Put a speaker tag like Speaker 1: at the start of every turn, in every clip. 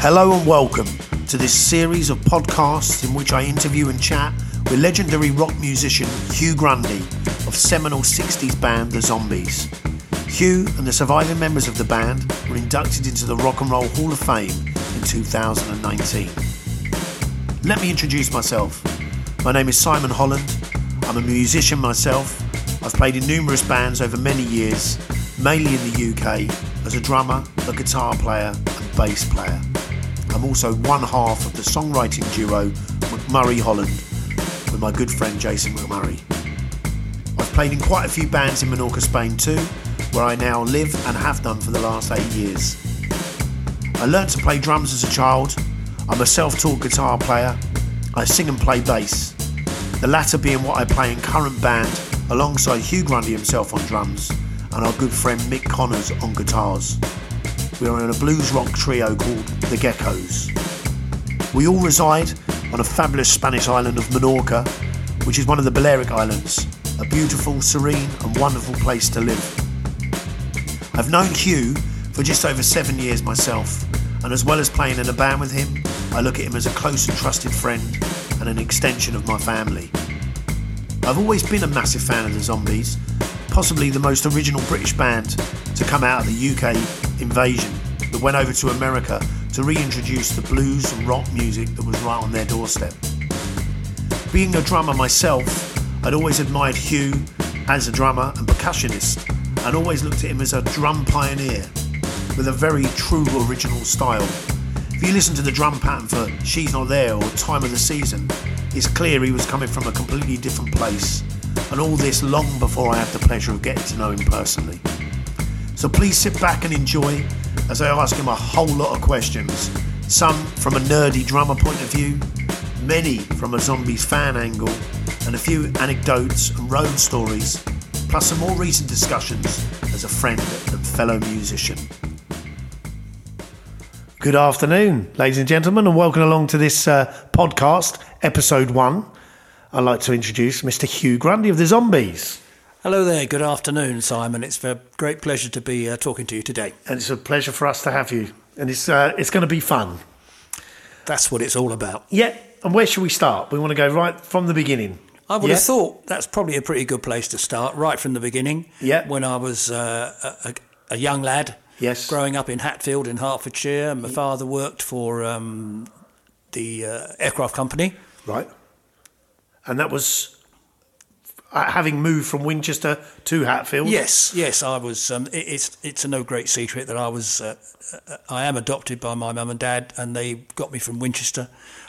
Speaker 1: Hello and welcome to this series of podcasts in which I interview and chat with legendary rock musician Hugh Grundy of seminal 60s band The Zombies. Hugh and the surviving members of the band were inducted into the Rock and Roll Hall of Fame in 2019. Let me introduce myself. My name is Simon Holland. I'm a musician myself. I've played in numerous bands over many years, mainly in the UK, as a drummer, a guitar player, and bass player. I'm also one half of the songwriting duo McMurray Holland with my good friend Jason McMurray. I've played in quite a few bands in Menorca, Spain too, where I now live and have done for the last eight years. I learnt to play drums as a child. I'm a self taught guitar player. I sing and play bass. The latter being what I play in current band alongside Hugh Grundy himself on drums and our good friend Mick Connors on guitars. We are in a blues rock trio called The Geckos. We all reside on a fabulous Spanish island of Menorca, which is one of the Balearic Islands, a beautiful, serene, and wonderful place to live. I've known Hugh for just over seven years myself, and as well as playing in a band with him, I look at him as a close and trusted friend and an extension of my family. I've always been a massive fan of the Zombies, possibly the most original British band to come out of the UK invasion that went over to America to reintroduce the blues and rock music that was right on their doorstep. Being a drummer myself, I'd always admired Hugh as a drummer and percussionist, and always looked at him as a drum pioneer with a very true original style. If you listen to the drum pattern for She's Not There or Time of the Season, it's clear he was coming from a completely different place, and all this long before I had the pleasure of getting to know him personally. So please sit back and enjoy as I ask him a whole lot of questions. Some from a nerdy drummer point of view, many from a zombies fan angle, and a few anecdotes and road stories, plus some more recent discussions as a friend and fellow musician. Good afternoon, ladies and gentlemen, and welcome along to this uh, podcast, episode one. I'd like to introduce Mr. Hugh Grundy of the Zombies.
Speaker 2: Hello there. Good afternoon, Simon. It's a great pleasure to be uh, talking to you today.
Speaker 1: And it's a pleasure for us to have you. And it's, uh, it's going to be fun.
Speaker 2: That's what it's all about.
Speaker 1: Yeah, and where should we start? We want to go right from the beginning.
Speaker 2: I would
Speaker 1: Yeah?
Speaker 2: have thought that's probably a pretty good place to start, right from the beginning.
Speaker 1: Yeah.
Speaker 2: When I was uh, a, a, a young lad.
Speaker 1: Yes.
Speaker 2: Growing up in Hatfield in Hertfordshire, my father worked for um, the uh, aircraft company.
Speaker 1: Right. And that was uh, having moved from Winchester to Hatfield.
Speaker 2: Yes, yes, I was. Um, it, it's it's no great secret that I was. Uh, uh, I am adopted by my mum and dad, and they got me from Winchester.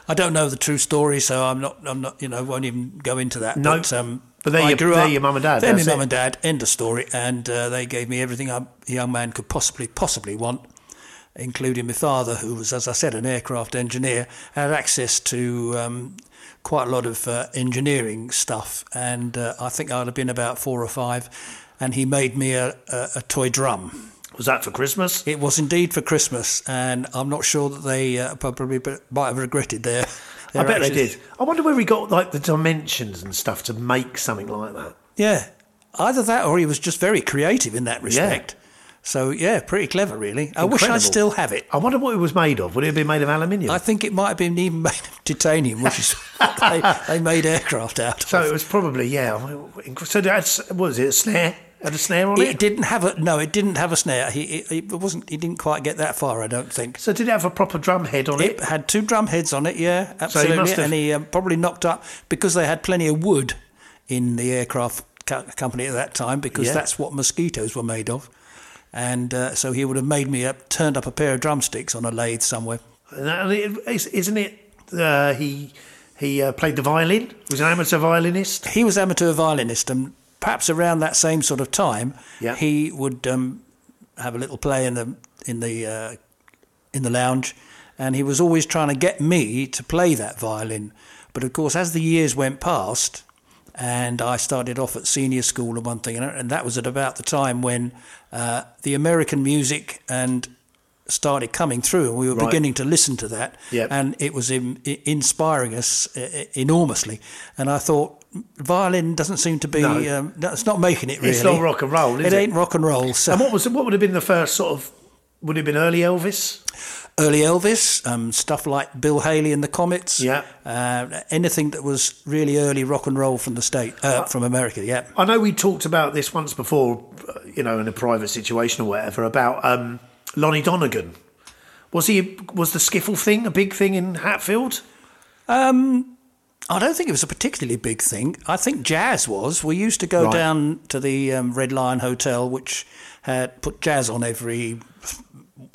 Speaker 2: I don't know the true story, so I'm not. I'm not. You know, won't even go into that.
Speaker 1: No,
Speaker 2: but, um,
Speaker 1: but they're
Speaker 2: I
Speaker 1: your-
Speaker 2: grew
Speaker 1: they're
Speaker 2: up-
Speaker 1: your mum and dad,
Speaker 2: They're my
Speaker 1: that's it.
Speaker 2: mum and dad. End of story. And uh, they gave me everything I- a young man could possibly possibly want, including my father, who was, as I said, an aircraft engineer, had access to. Um, Quite a lot of uh, engineering stuff, and uh, I think I'd have been about four or five, and he made me a, a, a toy drum.
Speaker 1: Was that for Christmas?
Speaker 2: It was indeed for Christmas, and I'm not sure that they uh, probably b- might have regretted their.
Speaker 1: I
Speaker 2: their
Speaker 1: bet they
Speaker 2: actions.
Speaker 1: did. I wonder where we got like the dimensions and stuff to make something like that.
Speaker 2: Yeah, either that or he was just very creative in that respect. So yeah, pretty clever, really. I wish I
Speaker 1: Incredible.
Speaker 2: still have it.
Speaker 1: I wonder what it was made of. Would it have been made of aluminium?
Speaker 2: I think it might have been even made of titanium, which is what they, they made aircraft out.
Speaker 1: so
Speaker 2: of.
Speaker 1: it was probably yeah. So that's what was it a snare? Had a snare on it?
Speaker 2: It didn't have a no. It didn't have a snare. He it, it wasn't. He didn't quite get that far. I don't think.
Speaker 1: So did it have a proper drum head on it?
Speaker 2: It had two drum heads on it, yeah, absolutely.
Speaker 1: must have-
Speaker 2: And he um, probably knocked up because they had plenty of wood in the aircraft co- company at that time because
Speaker 1: Yeah.
Speaker 2: that's what mosquitoes were made of. And uh, so he would have made me up, turned up a pair of drumsticks on a lathe somewhere.
Speaker 1: And it, isn't it? Uh, he he uh, played the violin. He was an amateur violinist.
Speaker 2: He was amateur violinist, and perhaps around that same sort of time,
Speaker 1: Yeah.
Speaker 2: he would um, have a little play in the in the uh, in the lounge, and he was always trying to get me to play that violin. But of course, as the years went past, and I started off at senior school and one thing, and- and that was at about the time when uh, the American music and started coming through, and we were
Speaker 1: Right.
Speaker 2: beginning to listen to that,
Speaker 1: Yep.
Speaker 2: and it was in, i- inspiring us uh, uh, enormously. And I thought violin doesn't seem to be,
Speaker 1: No.
Speaker 2: um, no, it's not making it really.
Speaker 1: It's not rock and roll, is
Speaker 2: it
Speaker 1: it?
Speaker 2: ain't rock and roll. So
Speaker 1: And what was what would have been the first sort of? Would it have been early Elvis?
Speaker 2: early Elvis, um, stuff like Bill Haley and the Comets.
Speaker 1: Yeah.
Speaker 2: Uh, anything that was really early rock and roll from the state, uh, from America. Yeah.
Speaker 1: I know we talked about this once before, uh, you know, in a private situation or whatever, about um, Lonnie Donegan. Was he was the skiffle thing a big thing in Hatfield?
Speaker 2: I don't think it was a particularly big thing. I think jazz was. We used to go
Speaker 1: Right.
Speaker 2: down to the um, Red Lion Hotel, which had put jazz on every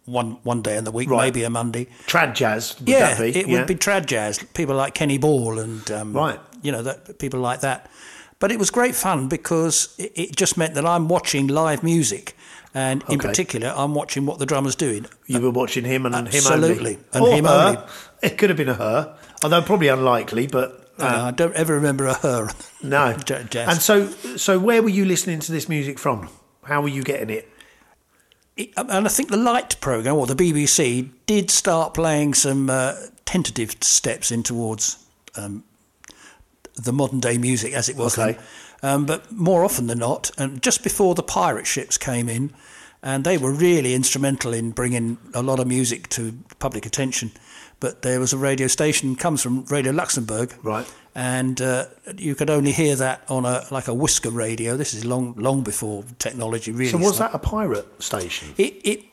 Speaker 2: one one day in the week,
Speaker 1: Right.
Speaker 2: maybe a Monday.
Speaker 1: Trad jazz, would
Speaker 2: yeah,
Speaker 1: that be?
Speaker 2: it
Speaker 1: Yeah.
Speaker 2: would be trad jazz. People like Kenny Ball and um,
Speaker 1: Right.
Speaker 2: you know that people like that. But it was great fun because it, it just meant that I'm watching live music, and in
Speaker 1: Okay.
Speaker 2: particular, I'm watching what the drummer's doing.
Speaker 1: You were watching him and
Speaker 2: Absolutely,
Speaker 1: him only.
Speaker 2: and
Speaker 1: or
Speaker 2: him
Speaker 1: her.
Speaker 2: only.
Speaker 1: It could have been a her, although probably unlikely, but
Speaker 2: Uh, I don't ever remember a her.
Speaker 1: no.
Speaker 2: J- jazz.
Speaker 1: And so, so where were you listening to this music from? How were you getting it?
Speaker 2: It- um, and I think the Light program or the BBC did start playing some uh, tentative steps in towards um, the modern day music as it was
Speaker 1: Okay.
Speaker 2: then. Um, but more often than not, and just before the pirate ships came in, and they were really instrumental in bringing a lot of music to public attention. But there was a radio station comes from Radio Luxembourg,
Speaker 1: Right.
Speaker 2: And uh, you could only hear that on a like a whisker radio. This is long, long before technology really.
Speaker 1: So was
Speaker 2: started.
Speaker 1: that a pirate station?
Speaker 2: It, it,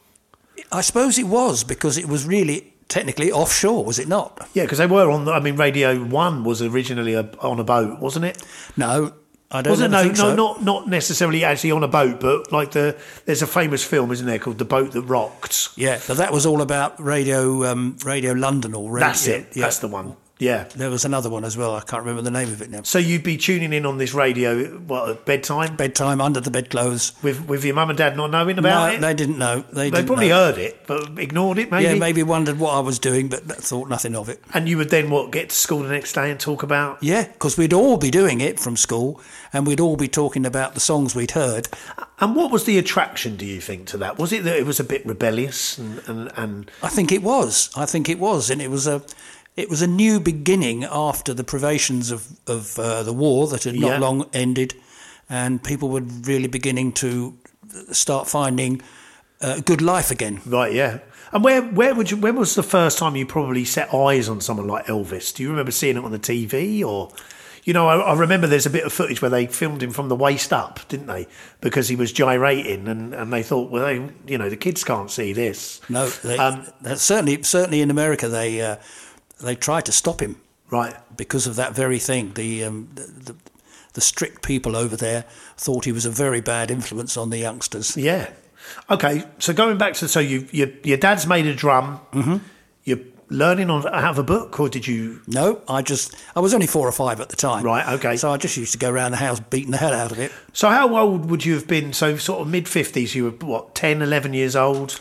Speaker 2: I suppose it was because it was really technically offshore, was it not?
Speaker 1: Yeah, because they were on. The, I mean, Radio One was originally a, on a boat, wasn't it?
Speaker 2: No, I don't.
Speaker 1: Was it?
Speaker 2: ever
Speaker 1: No, no,
Speaker 2: think so.
Speaker 1: not not necessarily actually on a boat, but like the there's a famous film, isn't there, called The Boat That Rocked?
Speaker 2: Yeah, but that was all about radio, um, radio London or radio.
Speaker 1: That's it.
Speaker 2: Yeah.
Speaker 1: That's the one. Yeah.
Speaker 2: there was another one as well. I can't remember the name of it now.
Speaker 1: So you'd be tuning in on this radio what at bedtime
Speaker 2: Bedtime under the bedclothes.
Speaker 1: with with your mum and dad not knowing
Speaker 2: No,
Speaker 1: about it.
Speaker 2: they didn't know. They,
Speaker 1: They
Speaker 2: didn't
Speaker 1: probably
Speaker 2: know.
Speaker 1: heard it, but ignored it maybe.
Speaker 2: Yeah, maybe wondered what I was doing, but thought nothing of it.
Speaker 1: And you would then what get to school the next day and talk about.
Speaker 2: Yeah, because we'd all be doing it from school, and we'd all be talking about the songs we'd heard.
Speaker 1: And what was the attraction? Do you think to that? Was it that it was a bit rebellious and and, and
Speaker 2: I think it was. I think it was, and it was a, it was a new beginning after the privations of of uh, the war that had not
Speaker 1: Yeah.
Speaker 2: long ended, and people were really beginning to start finding a good life again.
Speaker 1: right? Yeah. And where where would you? When was the first time you probably set eyes on someone like Elvis? Do you remember seeing it on the TV or? You know, I, I remember there's a bit of footage where they filmed him from the waist up, didn't they? Because he was gyrating, and, and they thought, well, they, you know, the kids can't see this.
Speaker 2: No, they,
Speaker 1: Um,
Speaker 2: that certainly, certainly in America, they uh, they tried to stop him
Speaker 1: Right.
Speaker 2: because of that very thing. The, um, the, the the strict people over there thought he was a very bad influence on the youngsters.
Speaker 1: Yeah. Okay. So going back to so you your your dad's made a drum. Mm-hmm. You're learning on how to book, or did you?
Speaker 2: No, I just I was only four or five at the time.
Speaker 1: Right, okay.
Speaker 2: So I just used to go around the house beating the hell out of it.
Speaker 1: So how old would you have been? So sort of mid fifties. You were what 10, 11 years old.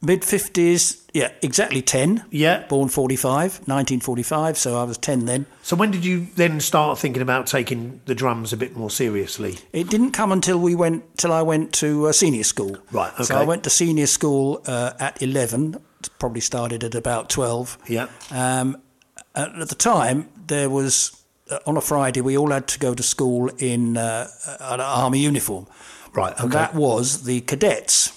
Speaker 2: Mid fifties, yeah, exactly ten.
Speaker 1: Yeah.
Speaker 2: Born 45, 1945, so I was 10 then.
Speaker 1: So when did you then start thinking about taking the drums a bit more seriously?
Speaker 2: It didn't come until we went till I went to uh, senior school.
Speaker 1: Right,
Speaker 2: So
Speaker 1: okay.
Speaker 2: I went to senior school uh, at 11, probably started at about 12.
Speaker 1: Yeah.
Speaker 2: Um, and at the time, there was uh, on a Friday we all had to go to school in uh, an army uniform.
Speaker 1: Right. Okay.
Speaker 2: and that was the cadets.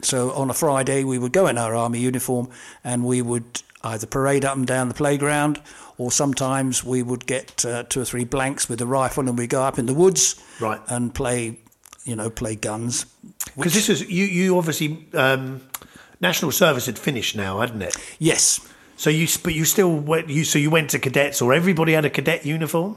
Speaker 2: So on a Friday, we would go in our army uniform and we would either parade up and down the playground, or sometimes we would get uh, two or three blanks with a rifle and we go up in the woods
Speaker 1: Right.
Speaker 2: and play, you know, play guns.
Speaker 1: Because this was you. You obviously um, national service had finished now, hadn't it?
Speaker 2: Yes,
Speaker 1: So you s- but you still went. You so you went to cadets, or everybody had a cadet uniform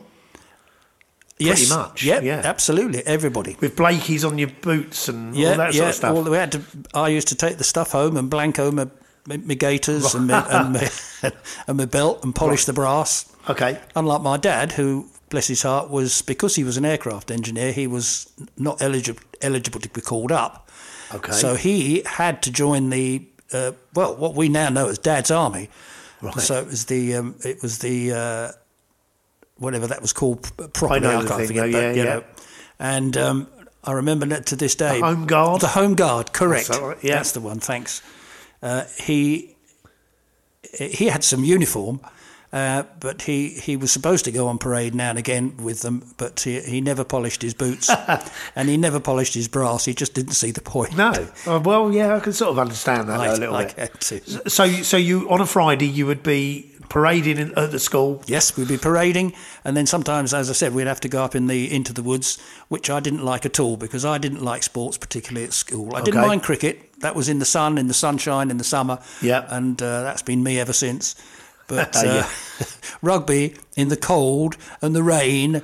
Speaker 2: yes,
Speaker 1: much,
Speaker 2: Yep,
Speaker 1: yeah.
Speaker 2: absolutely, everybody.
Speaker 1: with Blakey's on your boots and all that sort of stuff.
Speaker 2: Well, we had to. I used to take the stuff home and blank home my, my, my gaiters and, my, and, my, and my belt and polish the brass.
Speaker 1: Okay.
Speaker 2: unlike my dad, who, bless his heart, was because he was an aircraft engineer, he was not eligible eligible to be called up.
Speaker 1: Okay.
Speaker 2: So he had to join the uh, well, what we now know as Dad's Army.
Speaker 1: Right.
Speaker 2: So it was the um, it was the uh, whatever that was called p- properly.
Speaker 1: I know the
Speaker 2: can't
Speaker 1: thing,
Speaker 2: forget
Speaker 1: though,
Speaker 2: that,
Speaker 1: yeah,
Speaker 2: you
Speaker 1: yeah.
Speaker 2: know. And um, I remember that to this day.
Speaker 1: Home Guard?
Speaker 2: The Home Guard, correct.
Speaker 1: That's all right, yeah.
Speaker 2: That's the one. Thanks. Uh, he he had some uniform, Uh, but he, he was supposed to go on parade now and again with them, but he, he never polished his boots and he never polished his brass. He just didn't see the point.
Speaker 1: No. Oh, well, yeah, I can sort of understand that
Speaker 2: I,
Speaker 1: a little
Speaker 2: I
Speaker 1: bit.
Speaker 2: get to.
Speaker 1: So, you- so you on a Friday you would be parading in, at the school.
Speaker 2: Yes, we'd be parading, and then sometimes, as I said, we'd have to go up in the into the woods, which I didn't like at all because I didn't like sports, particularly at school. I didn't
Speaker 1: Okay.
Speaker 2: mind cricket; that was in the sun, in the sunshine, in the summer.
Speaker 1: Yeah.
Speaker 2: and uh, that's been me ever since. But uh,
Speaker 1: Yeah.
Speaker 2: rugby in the cold and the rain,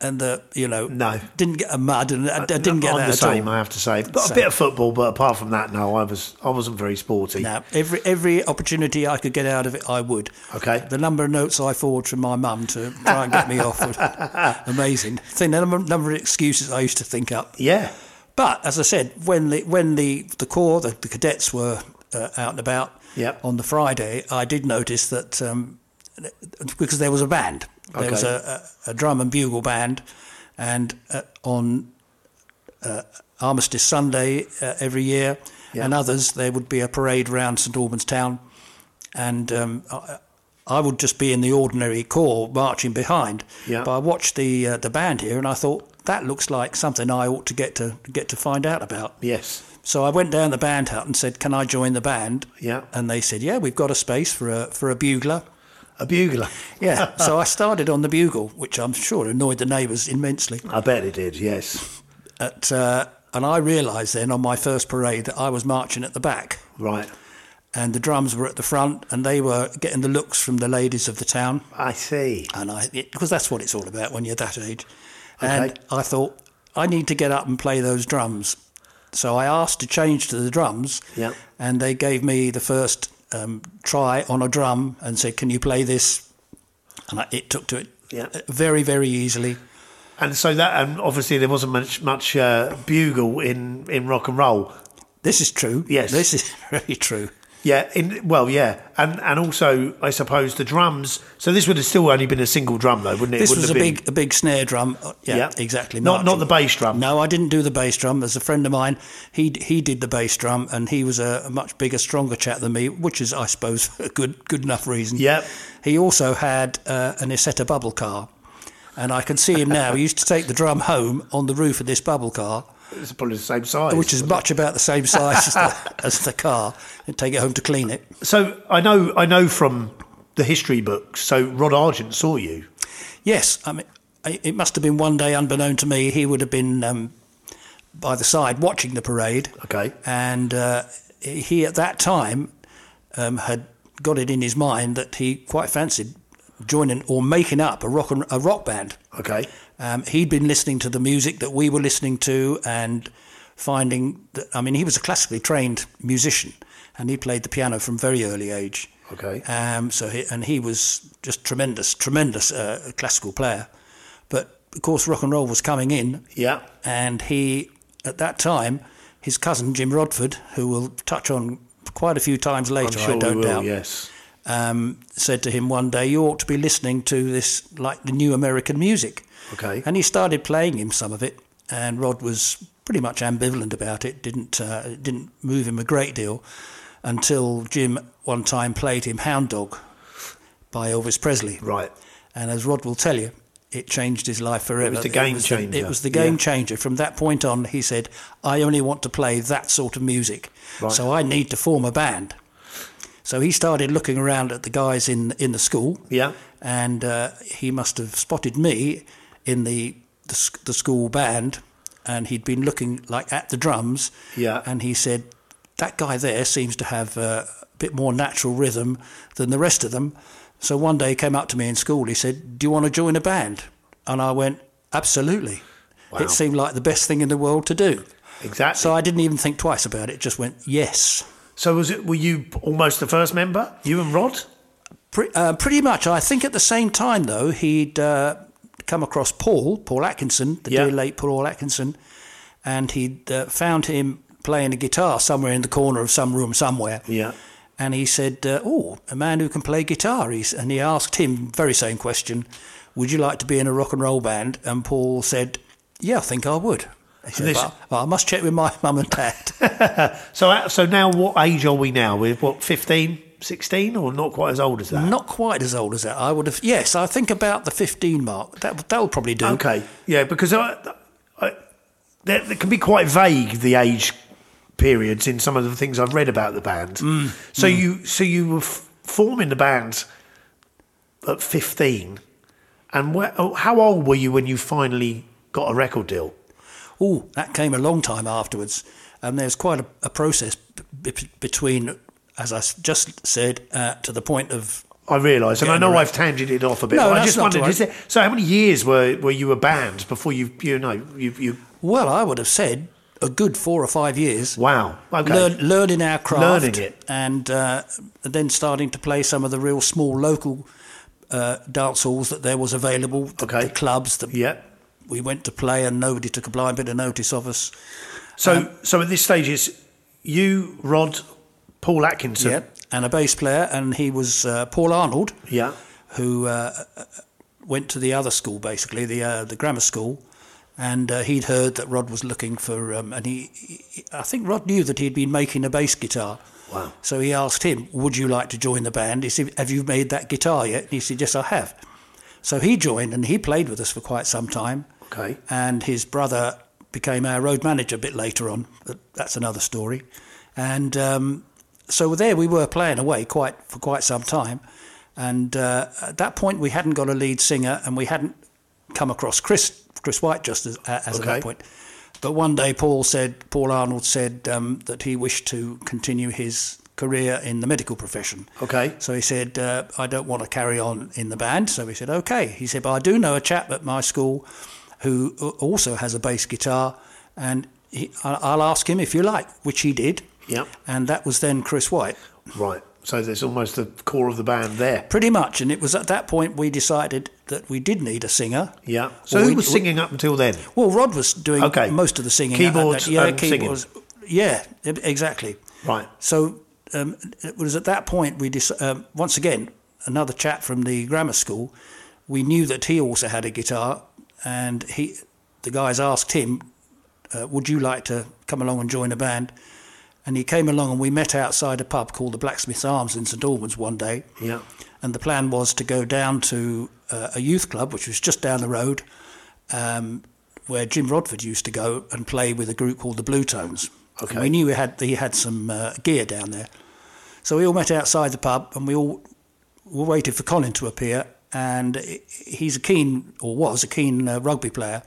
Speaker 2: and the you know,
Speaker 1: No.
Speaker 2: didn't get a mud, and I, I didn't get
Speaker 1: I'm
Speaker 2: that
Speaker 1: the
Speaker 2: at
Speaker 1: same,
Speaker 2: all.
Speaker 1: I have to say, but a
Speaker 2: Same.
Speaker 1: bit of football. But apart from that, no, I was I wasn't very sporty.
Speaker 2: Now, every every opportunity I could get out of it, I would.
Speaker 1: Okay.
Speaker 2: The number of notes I forward from my mum to try and get me off was amazing. Think the number, number of excuses I used to think up.
Speaker 1: Yeah,
Speaker 2: But as I said, when the when the the corps, the, the cadets were uh, out and about
Speaker 1: Yep.
Speaker 2: on the Friday, I did notice that um, because there was a band, there was
Speaker 1: Okay.
Speaker 2: a, a, a drum and bugle band, and uh, on uh, Armistice Sunday uh, every year,
Speaker 1: Yeah.
Speaker 2: and others, there would be a parade round St Albans town, and um, I, I would just be in the ordinary corps marching behind.
Speaker 1: Yeah.
Speaker 2: But I watched the uh, the band here, and I thought that looks like something I ought to get to get to find out about.
Speaker 1: yes,
Speaker 2: So I went down the band hut and said, "Can I join the band?"
Speaker 1: Yeah.
Speaker 2: And they said, "Yeah, we've got a space for a for a bugler."
Speaker 1: a bugler.
Speaker 2: Yeah. so I started on the bugle, which I'm sure annoyed the neighbours immensely.
Speaker 1: I bet it did. Yes,
Speaker 2: At, uh, and I realised then on my first parade that I was marching at the back,
Speaker 1: right.
Speaker 2: and the drums were at the front, and they were getting the looks from the ladies of the town.
Speaker 1: I see.
Speaker 2: and I because that's what it's all about when you're that age. And
Speaker 1: Okay.
Speaker 2: I thought I need to get up and play those drums, so I asked to change to the drums.
Speaker 1: Yeah.
Speaker 2: and they gave me the first um, try on a drum and said, "Can you play this?" And I, it took to it uh,
Speaker 1: Yeah.
Speaker 2: very very easily.
Speaker 1: And so that, and obviously there wasn't much much uh, bugle in in rock and roll.
Speaker 2: This is true.
Speaker 1: Yes.
Speaker 2: this is very true.
Speaker 1: Yeah, in well, yeah, and and also I suppose the drums. So this would have still only been a single drum though, wouldn't it? It
Speaker 2: This
Speaker 1: wouldn't
Speaker 2: was a
Speaker 1: have been-
Speaker 2: big a big snare drum. Uh, Yeah,
Speaker 1: Yeah.
Speaker 2: exactly.
Speaker 1: Not- not
Speaker 2: marching.
Speaker 1: the bass drum.
Speaker 2: No, I didn't do the bass drum. There's a friend of mine. He he did the bass drum, and he was a, a much bigger, stronger chap than me, which is, I suppose, a good good enough reason.
Speaker 1: Yeah.
Speaker 2: He also had uh, an Isetta bubble car, and I can see him now. he used to take the drum home on the roof of this bubble car,
Speaker 1: It's probably the same size.
Speaker 2: which is much about the same size as, the, as the car, and take it home to clean it.
Speaker 1: so I know I know from the history books. So Rod Argent saw you.
Speaker 2: Yes, I mean, I- it must have been one day, unbeknown to me, he would have been um, by the side watching the parade.
Speaker 1: Okay.
Speaker 2: And uh, he, at that time, um, had got it in his mind that he quite fancied joining or making up a rock and, a rock band.
Speaker 1: Okay.
Speaker 2: Um, he'd been listening to the music that we were listening to and finding that, I mean, he was a classically trained musician and he played the piano from very early age.
Speaker 1: Okay.
Speaker 2: Um, so he, and he was just tremendous, tremendous uh, classical player. But of course, rock and roll was coming in
Speaker 1: Yeah.
Speaker 2: and he at that time his cousin Jim Rodford, who we'll touch on quite a few times later,
Speaker 1: I'm sure
Speaker 2: I
Speaker 1: we
Speaker 2: don't
Speaker 1: will.
Speaker 2: doubt,
Speaker 1: Yes.
Speaker 2: um, said to him one day, "You ought to be listening to this like the new American music."
Speaker 1: Okay.
Speaker 2: And he started playing him some of it, and Rod was pretty much ambivalent about it. Didn't uh, it didn't move him a great deal until Jim one time played him "Hound Dog" by Elvis Presley.
Speaker 1: Right.
Speaker 2: And as Rod will tell you, it changed his life forever. It
Speaker 1: was the game
Speaker 2: was
Speaker 1: changer.
Speaker 2: it was the game
Speaker 1: Yeah.
Speaker 2: changer. From that point on, he said, I only want to play that sort of music. So I need to form a band. So he started looking around at the guys in, in the school.
Speaker 1: Yeah.
Speaker 2: And uh, he must have spotted me in the, the, sc- the school band. And he'd been looking like at the drums.
Speaker 1: Yeah.
Speaker 2: And he said, that guy there seems to have uh, a bit more natural rhythm than the rest of them. So one day he came up to me in school. He said, "Do you want to join a band?" And I went, "Absolutely."
Speaker 1: Wow.
Speaker 2: It seemed like the best thing in the world to do.
Speaker 1: Exactly.
Speaker 2: So
Speaker 1: So,
Speaker 2: I didn't even think twice about it. Just went, "Yes."
Speaker 1: was it? Were you almost the first member? You and Rod.
Speaker 2: Pre- uh, pretty much. I think at the same time though, he'd uh, come across Paul, Paul Atkinson, the
Speaker 1: Yeah.
Speaker 2: dear late Paul Atkinson, and he'd uh, found him playing a guitar somewhere in the corner of some room somewhere.
Speaker 1: Yeah.
Speaker 2: and he said, uh, "Oh, a man who can play guitar." He's, and he asked him very same question, "Would you like to be in a rock and roll band?" And Paul said, "Yeah, I think I would." He said,
Speaker 1: this-
Speaker 2: well, well, I must check with my mum and dad.
Speaker 1: uh, So so now what age are we now? We're what fifteen? 16 or not quite as old as that?
Speaker 2: Not quite as old as that. I would have. Yes, I think about the 15 mark. That that will probably do.
Speaker 1: Okay. Um, Yeah, because I, I, there, there can be quite vague the age periods in some of the things I've read about the band.
Speaker 2: Mm,
Speaker 1: so you so you were f- forming the band at 15 and where, oh, how old were you when you finally got a record deal?
Speaker 2: Oh, that came a long time afterwards. And there's quite a, a process b- b- between, as I s- just said, uh, to the point of
Speaker 1: I realise, and I
Speaker 2: Yeah,
Speaker 1: know
Speaker 2: right.
Speaker 1: I've tangent it off a bit.
Speaker 2: No,
Speaker 1: but I
Speaker 2: that's
Speaker 1: just
Speaker 2: not
Speaker 1: wondered,
Speaker 2: all right.
Speaker 1: is there, so how many years were, were you a band before you you know you, you
Speaker 2: Well, I would have said a good four or five years.
Speaker 1: wow okay
Speaker 2: Learn, learning our craft,
Speaker 1: Learning it.
Speaker 2: and uh, then starting to play some of the real small local uh, dance halls that there was available. The,
Speaker 1: Okay.
Speaker 2: the clubs that
Speaker 1: yeah.
Speaker 2: we went to play, and nobody took a blind bit of notice of us.
Speaker 1: So so at this stage it's you Rod Paul Atkinson
Speaker 2: yeah, and a bass player, and he was uh, Paul Arnold,
Speaker 1: yeah
Speaker 2: who uh, went to the other school, basically the uh, the grammar school, and uh, he'd heard that Rod was looking for, um, and he, he, I think Rod knew that he'd been making a bass guitar.
Speaker 1: Wow.
Speaker 2: So he asked him, "Would you like to join the band?" He said, "Have you made that guitar yet?" And he said, "Yes, I have." So he joined, and he played with us for quite some time.
Speaker 1: okay
Speaker 2: And his brother became our road manager a bit later on. But that's another story. And um, so there we were playing away quite for quite some time. And uh, at that point, we hadn't got a lead singer, and we hadn't come across Chris Chris White just as, as at
Speaker 1: Okay.
Speaker 2: that point. But one day, Paul said Paul Arnold said um, that he wished to continue his career in the medical profession.
Speaker 1: okay
Speaker 2: So he said, uh, I don't want to carry on in the band. So he said, okay. He said, but I do know a chap at my school who a- also has a bass guitar, and he, I- I'll ask him if you like, which he did.
Speaker 1: Yep.
Speaker 2: And that was then Chris White,
Speaker 1: right so there's almost the core of the band there
Speaker 2: pretty much. And it was at that point we decided that we did need a singer.
Speaker 1: yeah so
Speaker 2: Well,
Speaker 1: who
Speaker 2: we-
Speaker 1: was singing up until then
Speaker 2: Well, Rod was doing
Speaker 1: Okay.
Speaker 2: most of the singing.
Speaker 1: Keyboards
Speaker 2: yeah,
Speaker 1: and singing.
Speaker 2: keyboards. Yeah, e- exactly.
Speaker 1: right
Speaker 2: So um, it was at that point we dec- um, once again another chap from the grammar school. We knew that he also had a guitar, and he the guys asked him, uh, "Would you like to come along and join a band?" And he came along, and we met outside a pub called the Blacksmith's Arms in St Albans one day.
Speaker 1: yeah
Speaker 2: And the plan was to go down to uh, a youth club, which was just down the road, um, where Jim Rodford used to go and play with a group called the Blue Tones. And
Speaker 1: Okay.
Speaker 2: we knew he had he had some uh, gear down there, so we all met outside the pub and we all we waited for Colin to appear. And he- he's a keen or was a keen uh, rugby player,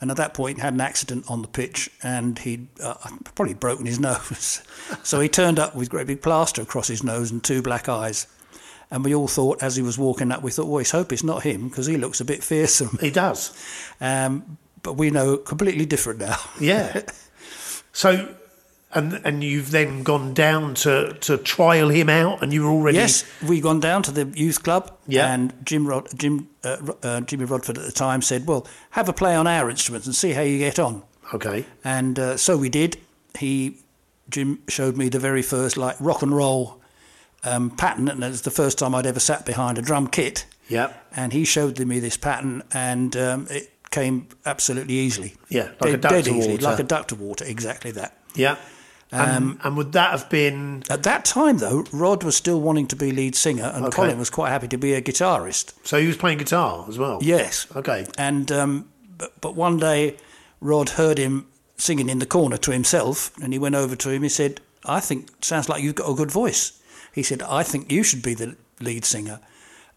Speaker 2: and at that point had an accident on the pitch and he'd uh, probably broken his nose. so he turned up with great big plaster across his nose and two black eyes. And we all thought, as he was walking up, we thought, well, let's hope it's not him because he looks a bit fearsome.
Speaker 1: he does
Speaker 2: Um, but we know completely different now.
Speaker 1: yeah so and and you've then gone down to to trial him out and you were already
Speaker 2: Yes, we gone down to the youth club,
Speaker 1: Yeah.
Speaker 2: and Jim Rod, Jim uh, Ro- uh, Jimmy Rodford at the time said, "Well, have a play on our instruments and see how you get on."
Speaker 1: okay
Speaker 2: And uh, so we did. He Jim showed me the very first like rock and roll um, pattern, and it was the first time I'd ever sat behind a drum kit.
Speaker 1: yeah
Speaker 2: And he showed me this pattern, and um, it came absolutely easily.
Speaker 1: Yeah, like a duck
Speaker 2: dead
Speaker 1: to
Speaker 2: easily,
Speaker 1: water.
Speaker 2: like a duck to water, exactly that.
Speaker 1: yeah and, and would that have been
Speaker 2: At that time, though, Rod was still wanting to be lead singer, and
Speaker 1: Okay.
Speaker 2: Colin was quite happy to be a guitarist.
Speaker 1: so he was playing guitar as well
Speaker 2: Yes.
Speaker 1: okay
Speaker 2: And um, but, but one day, Rod heard him singing in the corner to himself, and he went over to him. He said, "I think sounds like you've got a good voice." He said, "I think you should be the lead singer."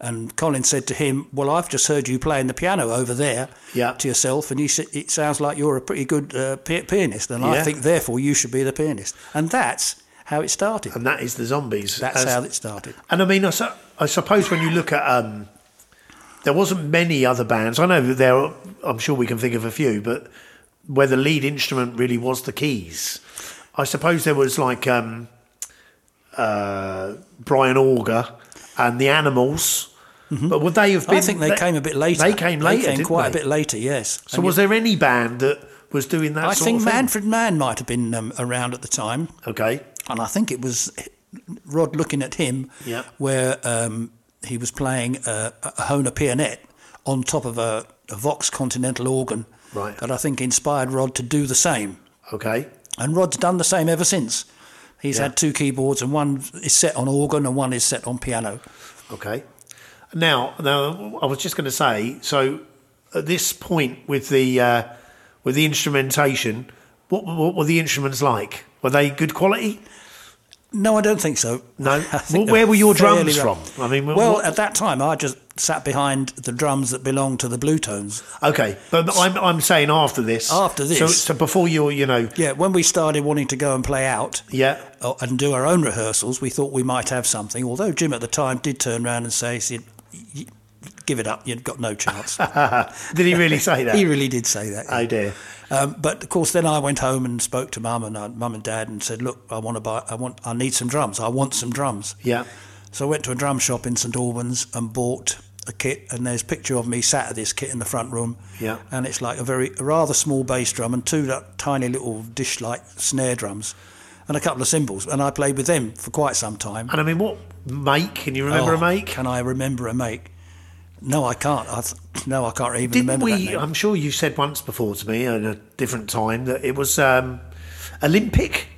Speaker 2: And Colin said to him, "Well, I've just heard you playing the piano over there
Speaker 1: Yeah.
Speaker 2: to yourself, and you said it sounds like you're a pretty good uh, pi- pianist, and
Speaker 1: Yeah.
Speaker 2: I think therefore you should be the pianist." And that's how it started.
Speaker 1: and that is the zombies
Speaker 2: That's
Speaker 1: as-
Speaker 2: how it started.
Speaker 1: And I mean, I, su- I suppose when you look at, um, there wasn't many other bands. I know that there, are, I'm sure we can think of a few, but where the lead instrument really was the keys. I suppose there was like um, uh, Brian Auger and the Animals, but would they have been?
Speaker 2: Mm-hmm. I think they, came a bit later.
Speaker 1: They came later.
Speaker 2: They came
Speaker 1: didn't
Speaker 2: quite
Speaker 1: they?
Speaker 2: a bit later. Yes.
Speaker 1: So was there any band that was doing that?
Speaker 2: I
Speaker 1: sort
Speaker 2: think
Speaker 1: of thing?
Speaker 2: Manfred Mann might have been um, around at the time,
Speaker 1: Okay.
Speaker 2: and I think it was Rod looking at him
Speaker 1: Yeah.
Speaker 2: where um, he was playing a, a Hona Pianet on top of a, a Vox Continental organ
Speaker 1: Right.
Speaker 2: that I think inspired Rod to do the same.
Speaker 1: Okay.
Speaker 2: And Rod's done the same ever since. He's had two keyboards, and one is set on organ and one is set on piano.
Speaker 1: Okay. Now, now I was just going to say. So, at this point with the uh, with the instrumentation, what, what were the instruments like? Were they good quality?
Speaker 2: No, I don't think so.
Speaker 1: No?
Speaker 2: I think
Speaker 1: Well, where were your
Speaker 2: they're
Speaker 1: drums
Speaker 2: fairly rough.
Speaker 1: from? I mean, wh-
Speaker 2: well,
Speaker 1: what-
Speaker 2: at that time, I just sat behind the drums that belonged to the Blue Tones.
Speaker 1: Okay, but I'm I'm saying after this.
Speaker 2: After
Speaker 1: So,
Speaker 2: this.
Speaker 1: so before you're, you know,
Speaker 2: Yeah, when we started wanting to go and play out
Speaker 1: yeah,
Speaker 2: uh, and do our own rehearsals, we thought we might have something. Although Jim at the time did turn round and say, "Sid, y- y- "Give it up, you've got no chance."
Speaker 1: did he really say that?
Speaker 2: he really did say that.
Speaker 1: oh dear.
Speaker 2: Um, but of course, then I went home and spoke to mum and I, mum and dad and said, "Look, I want to buy. I want. I need some drums. I want some drums."
Speaker 1: Yeah.
Speaker 2: So I went to a drum shop in St Albans and bought a kit. And there's a picture of me sat at this kit in the front room.
Speaker 1: Yeah.
Speaker 2: And it's like a very a rather small bass drum and two like, tiny little dish-like snare drums, and a couple of cymbals. And I played with them for quite some time.
Speaker 1: And I mean, what make? Can you remember a
Speaker 2: Oh,
Speaker 1: make?
Speaker 2: Can I remember a make? No, I can't. I th- no, I can't even
Speaker 1: Didn't
Speaker 2: remember that
Speaker 1: we? uh,
Speaker 2: name.
Speaker 1: I'm sure you said once before to me at a different time that it was um, Olympic,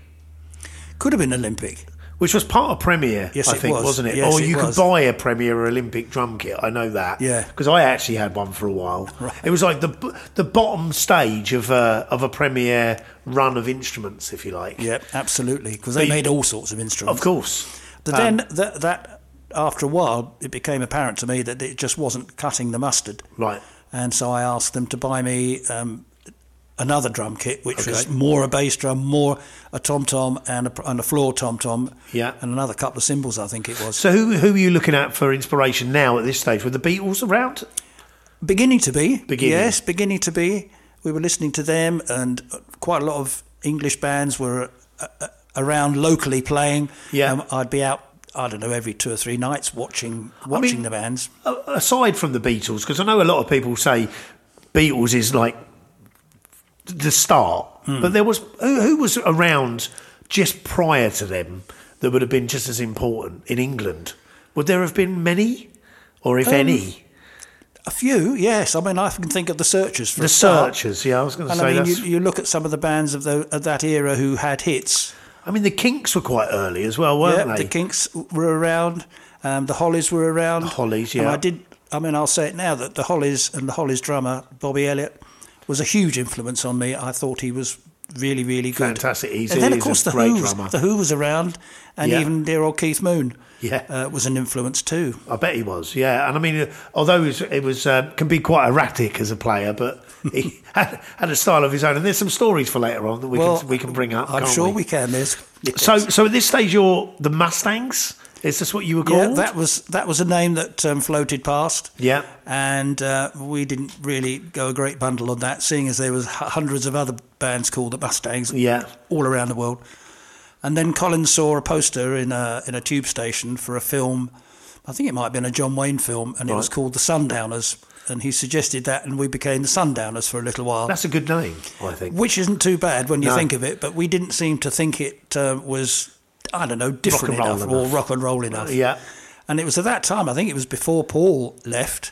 Speaker 2: Could have been Olympic.
Speaker 1: which was part of Premier.
Speaker 2: Yes,
Speaker 1: I
Speaker 2: it
Speaker 1: think,
Speaker 2: was.
Speaker 1: not it?
Speaker 2: Yes,
Speaker 1: or
Speaker 2: it
Speaker 1: you
Speaker 2: was.
Speaker 1: could buy a Premier Olympic drum kit. I know that.
Speaker 2: Yeah.
Speaker 1: because I actually had one for a while.
Speaker 2: Right.
Speaker 1: It was like the b- the bottom stage of a of a Premier run of instruments, if you like.
Speaker 2: Yeah, absolutely. Because they
Speaker 1: you-
Speaker 2: made all sorts of instruments.
Speaker 1: Of course. Um,
Speaker 2: But then that, that after a while, it became apparent to me that it just wasn't cutting the mustard.
Speaker 1: Right.
Speaker 2: And so I asked them to buy me um, another drum kit, which was
Speaker 1: Okay.
Speaker 2: more a bass drum, more a tom tom, and a, and a floor tom tom.
Speaker 1: Yeah.
Speaker 2: And another couple of cymbals, I think it was.
Speaker 1: So who who are you looking at for inspiration now at this stage? Were the Beatles around?
Speaker 2: beginning to be.
Speaker 1: Beginning.
Speaker 2: Yes, beginning to be. We were listening to them, and quite a lot of English bands were uh, uh, around locally playing. Um,
Speaker 1: Yeah.
Speaker 2: I'd be out. I don't know every two or three nights watching watching
Speaker 1: mean-
Speaker 2: the bands.
Speaker 1: A- aside from the Beatles, because I know a lot of people say Beatles is like the start,
Speaker 2: Hmm.
Speaker 1: but there was who, who was around just prior to them that would have been just as important in England. Would there have been many, or
Speaker 2: Um,
Speaker 1: if any,
Speaker 2: A few, yes. I mean, I can think of the Searchers for
Speaker 1: the
Speaker 2: a start.
Speaker 1: Searchers? Yeah, I was going to
Speaker 2: And
Speaker 1: say
Speaker 2: I mean, you,
Speaker 1: that's.
Speaker 2: you look at some of the bands of, the, of that era who had hits.
Speaker 1: I mean, the Kinks were quite early as well, weren't
Speaker 2: Yeah,
Speaker 1: they?
Speaker 2: the Kinks were around. Um, the Hollies were around. The
Speaker 1: Hollies,
Speaker 2: And
Speaker 1: yeah.
Speaker 2: I did. I mean, I'll say it now that the Hollies and the Hollies drummer Bobby Elliott was a huge influence on me. I thought he was really, really good.
Speaker 1: Fantastic. He's,
Speaker 2: and then, of
Speaker 1: he's
Speaker 2: course,
Speaker 1: a
Speaker 2: the
Speaker 1: great
Speaker 2: Who,
Speaker 1: drummer.
Speaker 2: the Who was around, and
Speaker 1: Yeah.
Speaker 2: even dear old Keith Moon,
Speaker 1: Yeah.
Speaker 2: uh, was an influence too.
Speaker 1: I bet he was, yeah. And I mean, uh, although it was, it was uh, can be quite erratic as a player, but he had, had a style of his own. And there's some stories for later on that we
Speaker 2: Well,
Speaker 1: can we can bring up.
Speaker 2: I'm
Speaker 1: can't
Speaker 2: sure
Speaker 1: we.
Speaker 2: we can. There's
Speaker 1: So, so at this stage, you're the Mustangs. Is this what you were
Speaker 2: Yeah,
Speaker 1: called?
Speaker 2: that was that was a name that um, floated past.
Speaker 1: Yeah.
Speaker 2: and uh, we didn't really go a great bundle on that, seeing as there was h- hundreds of other bands called the Mustangs.
Speaker 1: Yeah.
Speaker 2: all around the world. And then Colin saw a poster in a in a tube station for a film. I think it might have been a John Wayne film, and it was
Speaker 1: Right.
Speaker 2: called The Sundowners. And he suggested that, and we became the Sundowners for a little while,
Speaker 1: That's a good name, I think.
Speaker 2: which isn't too bad when you
Speaker 1: No.
Speaker 2: think of it. But we didn't seem to think it uh, was, I don't know, different
Speaker 1: roll
Speaker 2: enough,
Speaker 1: enough.
Speaker 2: or rock and roll enough.
Speaker 1: yeah.
Speaker 2: And it was at that time, I think it was before Paul left,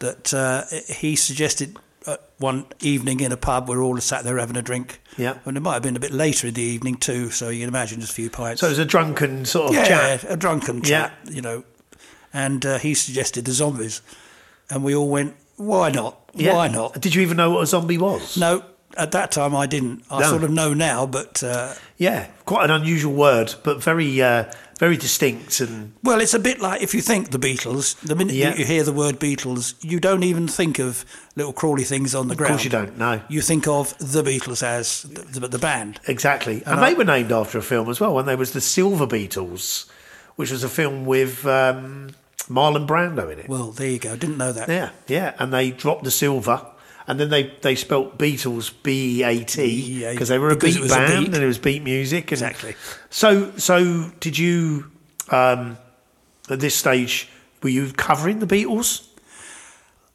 Speaker 2: that uh, he suggested uh, one evening in a pub, we're all sat there having a drink.
Speaker 1: Yeah.
Speaker 2: And it might have been a bit later in the evening too, so you can imagine just a few pints.
Speaker 1: So it was a drunken sort of
Speaker 2: yeah,
Speaker 1: chat.
Speaker 2: a drunken chat, you know. And uh, he suggested the zombies. And we all went, why not?
Speaker 1: Yeah.
Speaker 2: Why not?
Speaker 1: Did you even know what a zombie was?
Speaker 2: No, at that time I didn't. I
Speaker 1: No.
Speaker 2: sort of know now, but uh,
Speaker 1: Yeah, quite an unusual word, but very, uh, very distinct and
Speaker 2: Well, it's a bit like if you think the Beatles, the minute
Speaker 1: Yeah.
Speaker 2: you, you hear the word Beatles, you don't even think of little crawly things on the
Speaker 1: of
Speaker 2: ground.
Speaker 1: course you don't know.
Speaker 2: You think of the Beatles as the, the, the band.
Speaker 1: Exactly. And, they were named after a film as well, and there was The Silver Beetles, which was a film with um, Marlon Brando in it.
Speaker 2: Well, there you go. Didn't know that.
Speaker 1: yeah, yeah. And they dropped the silver, and then they, they spelt Beatles B E A T
Speaker 2: B-E-A-T,
Speaker 1: because they were a
Speaker 2: because
Speaker 1: beat
Speaker 2: it was a
Speaker 1: band
Speaker 2: beat.
Speaker 1: and it was beat music. And
Speaker 2: Exactly.
Speaker 1: So, so did you, um, at this stage, were you covering the Beatles?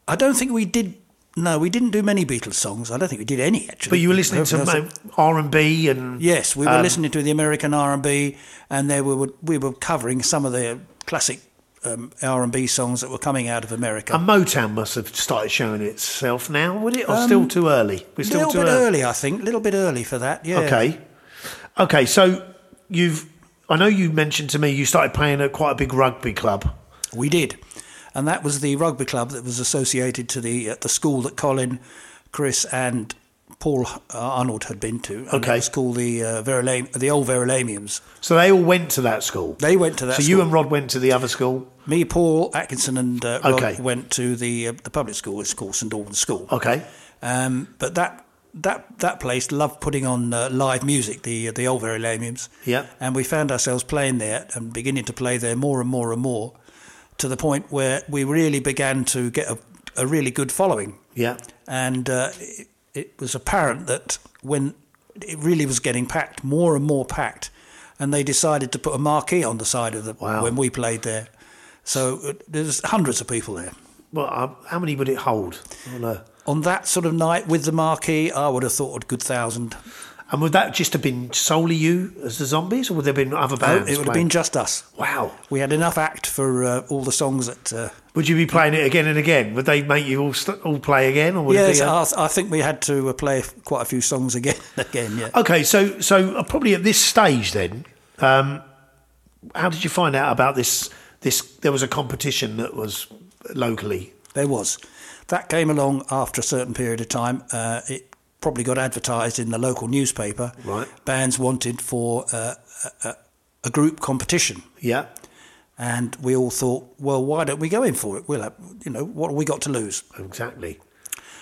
Speaker 2: I don't think we did. No, we didn't do many Beatles songs. I don't think we did any actually.
Speaker 1: But you were listening
Speaker 2: Everything else-
Speaker 1: to Um, R and B and
Speaker 2: Yes, we were listening to the American R and B, and there we were we were covering some of the classic um, R and B songs that were coming out of America.
Speaker 1: and Motown must have started showing itself now, would it? Or still too early? We're
Speaker 2: a
Speaker 1: still
Speaker 2: little
Speaker 1: too
Speaker 2: bit
Speaker 1: early.
Speaker 2: early, I think. A little bit early for that. Yeah.
Speaker 1: Okay. Okay, so you've. I know you mentioned to me you started playing at quite a big rugby club.
Speaker 2: We did, and that was the rugby club that was associated to the uh, the school that Colin, Chris, and Paul uh, Arnold had been to. And
Speaker 1: Okay.
Speaker 2: it was called the uh, Verulam- the old Verulamiums.
Speaker 1: So they all went to that school.
Speaker 2: They went to that.
Speaker 1: so
Speaker 2: school.
Speaker 1: you and Rod went to the other school.
Speaker 2: me, Paul Atkinson, and uh, Rod
Speaker 1: Okay.
Speaker 2: went to the uh, the public school. It's called St Albans School.
Speaker 1: Okay.
Speaker 2: Um, but that that that place loved putting on uh, live music, the the old Verulamiums.
Speaker 1: Yeah.
Speaker 2: And we found ourselves playing there and beginning to play there more and more and more, to the point where we really began to get a, a really good following.
Speaker 1: Yeah.
Speaker 2: And uh, it, it was apparent that when it really was getting packed, more and more packed, and they decided to put a marquee on the side of the
Speaker 1: Wow.
Speaker 2: when we played there. So uh, there's hundreds of people there.
Speaker 1: Well, um, how many would it hold? I don't know.
Speaker 2: On that sort of night with the marquee, I would have thought a good thousand.
Speaker 1: And would that just have been solely you as the zombies, or would there have been other
Speaker 2: Oh,
Speaker 1: bands?
Speaker 2: it would have
Speaker 1: playing?
Speaker 2: been just us.
Speaker 1: Wow.
Speaker 2: We had enough act for uh, all the songs that. Uh,
Speaker 1: Would you be playing it again and again? Would they make you all st- all play again, or would it
Speaker 2: yes,
Speaker 1: be? a-
Speaker 2: I, I think we had to uh, play f- quite a few songs again. Again, yeah.
Speaker 1: Okay, so so uh, probably at this stage then, um, how did you find out about this? This there was a competition that was locally.
Speaker 2: There was. That came along after a certain period of time. Uh, it probably got advertised in the local newspaper.
Speaker 1: Right.
Speaker 2: Bands wanted for uh, a, a, a group competition.
Speaker 1: Yeah,
Speaker 2: And we all thought, well, why don't we go in for it? We'll have, you know, what have we got to lose?
Speaker 1: exactly.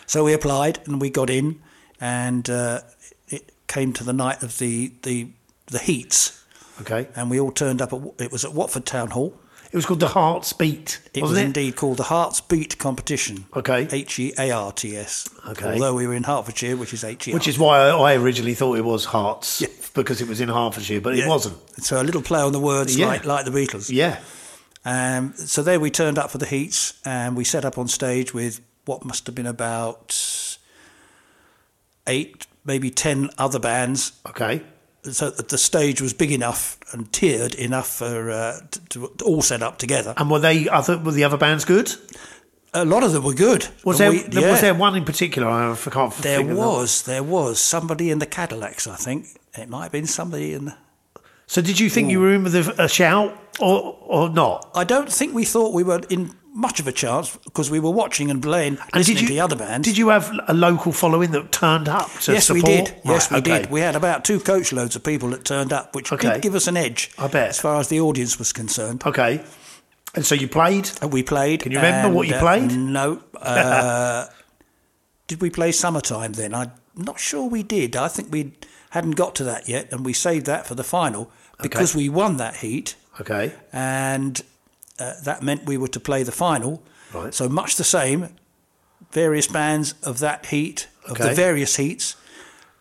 Speaker 2: So we applied and we got in, and uh, it came to the night of the, the, the heats.
Speaker 1: Okay,
Speaker 2: And we all turned up at, it was at Watford Town Hall.
Speaker 1: it was called the Hearts Beat,
Speaker 2: It was
Speaker 1: wasn't it?
Speaker 2: indeed called the Hearts Beat Competition.
Speaker 1: Okay.
Speaker 2: H E A R T S.
Speaker 1: Okay.
Speaker 2: Although we were in Hertfordshire, which is H E R.
Speaker 1: Which is why I, I originally thought it was Hearts
Speaker 2: Yeah.
Speaker 1: because it was in Hertfordshire, but it wasn't.
Speaker 2: So a little play on the words
Speaker 1: Yeah.
Speaker 2: like, like the Beatles.
Speaker 1: Yeah,
Speaker 2: Um, so there we turned up for the heats and we set up on stage with what must have been about eight, maybe ten other bands.
Speaker 1: okay.
Speaker 2: So that the stage was big enough and tiered enough for uh, to, to all set up together.
Speaker 1: And were they other? Were the other bands good?
Speaker 2: A lot of them were good.
Speaker 1: Was there
Speaker 2: And we-
Speaker 1: was
Speaker 2: yeah.
Speaker 1: there one in particular? I f- can't. f-
Speaker 2: There
Speaker 1: think of the-
Speaker 2: was, there was somebody in the Cadillacs, I think. It might have been somebody in the.
Speaker 1: So did you think you were in with a, a shout or or not?
Speaker 2: I don't think we thought we were in much of a chance because we were watching and playing and listening to the other bands.
Speaker 1: Did you have a local following that turned up to
Speaker 2: yes,
Speaker 1: support?
Speaker 2: we did. yes, we
Speaker 1: Right, okay.
Speaker 2: did. We had about two coach loads of people that turned up, which
Speaker 1: Okay.
Speaker 2: did give us an edge.
Speaker 1: I bet.
Speaker 2: As far as the audience was concerned.
Speaker 1: Okay. And so you played?
Speaker 2: And Uh, we played. Can
Speaker 1: you remember what you played?
Speaker 2: no. Uh, did we play Summertime then? I'm not sure we did. I think we hadn't got to that yet, and we saved that for the final because we won that heat.
Speaker 1: Okay.
Speaker 2: and uh, that meant we were to play the final.
Speaker 1: Right.
Speaker 2: So much the same, various bands of that heat of
Speaker 1: Okay.
Speaker 2: the various heats,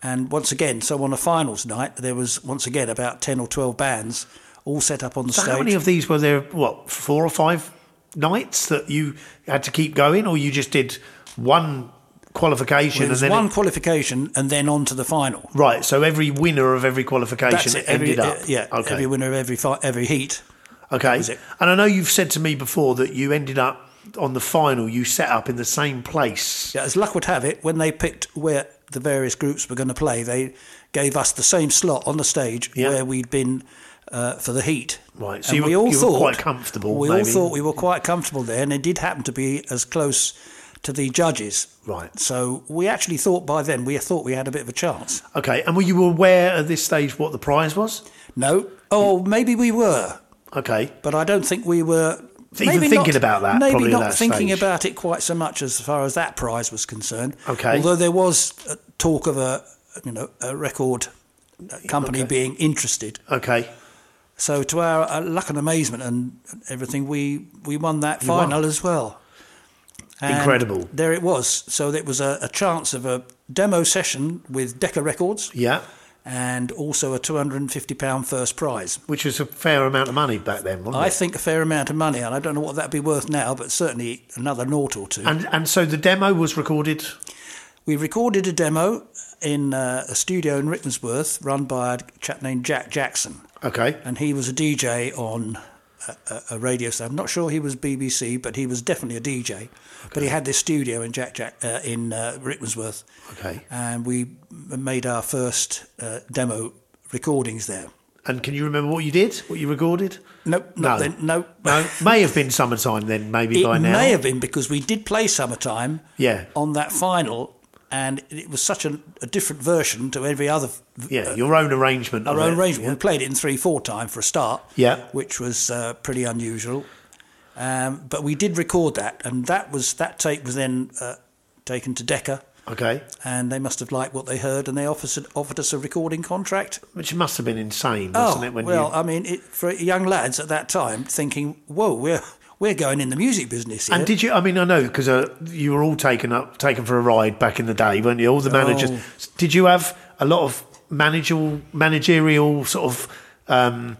Speaker 2: and once again, so on the finals night there was once again about ten or twelve bands all set up on the
Speaker 1: So
Speaker 2: stage.
Speaker 1: how many of these were there, what, four or five nights that you had to keep going or you just did one qualification
Speaker 2: there
Speaker 1: and
Speaker 2: was
Speaker 1: then...
Speaker 2: one
Speaker 1: it-
Speaker 2: qualification and then on to the final.
Speaker 1: right, so every winner of every qualification
Speaker 2: Every,
Speaker 1: ended up.
Speaker 2: uh, yeah,
Speaker 1: Okay.
Speaker 2: every winner of every fi- every heat.
Speaker 1: okay.
Speaker 2: it.
Speaker 1: And I know you've said to me before that you ended up on the final, you set up in the same place.
Speaker 2: Yeah, as luck would have it, when they picked where the various groups were going to play, they gave us the same slot on the stage
Speaker 1: Yeah.
Speaker 2: where we'd been uh, for the heat.
Speaker 1: Right, so
Speaker 2: And
Speaker 1: you were-
Speaker 2: we all
Speaker 1: you were
Speaker 2: thought
Speaker 1: quite comfortable,
Speaker 2: We all
Speaker 1: maybe.
Speaker 2: thought we were quite comfortable there, and it did happen to be as close to the judges.
Speaker 1: Right.
Speaker 2: So we actually thought by then we thought we had a bit of a chance.
Speaker 1: Okay. And were you aware at this stage what the prize was?
Speaker 2: No. Oh, maybe we were,
Speaker 1: Okay.
Speaker 2: but I don't think we were.
Speaker 1: Even
Speaker 2: maybe
Speaker 1: thinking
Speaker 2: not-
Speaker 1: about that,
Speaker 2: maybe
Speaker 1: probably at
Speaker 2: not
Speaker 1: that
Speaker 2: thinking
Speaker 1: stage.
Speaker 2: about it quite so much as far as that prize was concerned.
Speaker 1: Okay.
Speaker 2: Although there was uh, talk of a you know a record uh, company being interested.
Speaker 1: Okay.
Speaker 2: So to our uh, luck and amazement and everything, we we won that
Speaker 1: won.
Speaker 2: final as well. And
Speaker 1: Incredible.
Speaker 2: There it was. So it was a, a chance of a demo session with Decca Records
Speaker 1: Yeah.
Speaker 2: and also a two hundred and fifty pound first prize.
Speaker 1: Which was a fair amount of money back then, wasn't
Speaker 2: I
Speaker 1: it?
Speaker 2: think a fair amount of money, and I don't know what that'd be worth now, but certainly another naught or two.
Speaker 1: And and so the demo was recorded.
Speaker 2: we recorded a demo in uh, a studio in Rickmansworth run by a chap named Jack Jackson,
Speaker 1: Okay.
Speaker 2: and he was a DJ on a, a, a radio station. I'm not sure he was BBC, but he was definitely a DJ. But he had this studio in Jack Jack uh, in uh, Rickmansworth,
Speaker 1: Okay.
Speaker 2: and we m- made our first uh, demo recordings there.
Speaker 1: And can you remember what you did? What you recorded?
Speaker 2: Nope, no,
Speaker 1: No.
Speaker 2: then, nope.
Speaker 1: No, may have been summertime then, maybe by
Speaker 2: It
Speaker 1: now.
Speaker 2: may have been because we did play Summertime
Speaker 1: Yeah,
Speaker 2: on that final, and it was such a, a different version to every other. v-
Speaker 1: yeah, your own arrangement.
Speaker 2: Our
Speaker 1: of
Speaker 2: own
Speaker 1: it.
Speaker 2: arrangement. We played it in three four time for a start,
Speaker 1: Yeah.
Speaker 2: which was uh, pretty unusual. Um, but we did record that, and that was that tape was then uh, taken to Decca,
Speaker 1: Okay,
Speaker 2: and they must have liked what they heard, and they offered offered us a recording contract.
Speaker 1: which must have been insane, wasn't
Speaker 2: oh
Speaker 1: it? When
Speaker 2: well,
Speaker 1: you...
Speaker 2: I mean, it, for young lads at that time, thinking, "Whoa, we're we're going in the music business here."
Speaker 1: And did you? I mean, I know because uh, you were all taken up, taken for a ride back in the day, weren't you? All the managers.
Speaker 2: Oh.
Speaker 1: Did you have a lot of managerial, managerial sort of um,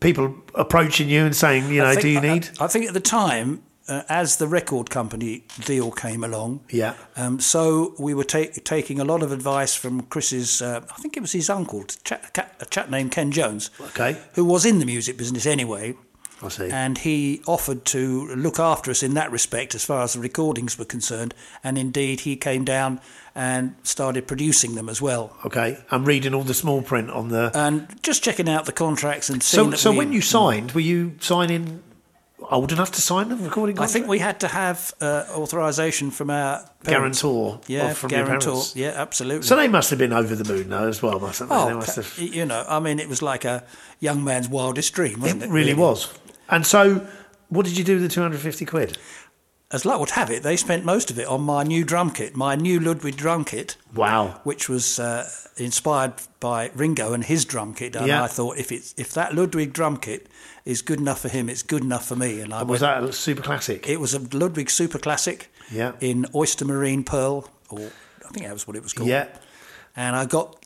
Speaker 1: people approaching you and saying, you know,
Speaker 2: I think-
Speaker 1: do you
Speaker 2: I-
Speaker 1: need?
Speaker 2: I, think at the time, uh, as the record company deal came along,
Speaker 1: yeah.
Speaker 2: um, so we were ta- taking a lot of advice from Chris's, uh, I think it was his uncle, cha- ca- a chap named Ken Jones,
Speaker 1: Okay.
Speaker 2: who was in the music business anyway,
Speaker 1: I see.
Speaker 2: and he offered to look after us in that respect as far as the recordings were concerned, and indeed he came down and started producing them as well.
Speaker 1: okay. I'm reading all the small print on the.
Speaker 2: And just checking out the contracts and seeing
Speaker 1: So,
Speaker 2: Uh, that
Speaker 1: so
Speaker 2: we- mm.
Speaker 1: when you signed, were you signing old enough to sign the recording
Speaker 2: I
Speaker 1: contract?
Speaker 2: think we had to have uh, authorization from our parents.
Speaker 1: guarantor.
Speaker 2: Yeah,
Speaker 1: of- from your
Speaker 2: guarantor.
Speaker 1: parents.
Speaker 2: Yeah, absolutely.
Speaker 1: So they must have been over the moon though, as well, mustn't they?
Speaker 2: oh,
Speaker 1: they must have.
Speaker 2: you know, I mean, it was like a young man's wildest dream, wasn't it?
Speaker 1: It really was. And so, what did you do with the two hundred fifty quid?
Speaker 2: As luck would have it, they spent most of it on my new drum kit, my new Ludwig drum kit,
Speaker 1: Wow.
Speaker 2: which was uh, inspired by Ringo and his drum kit. And
Speaker 1: Yeah.
Speaker 2: I thought, if it's if that Ludwig drum kit is good enough for him, it's good enough for me. And I
Speaker 1: Was
Speaker 2: went-
Speaker 1: that a super classic?
Speaker 2: It was a Ludwig Super Classic.
Speaker 1: Yeah.
Speaker 2: In oyster marine pearl, or I think that was what it was called.
Speaker 1: Yeah.
Speaker 2: and I got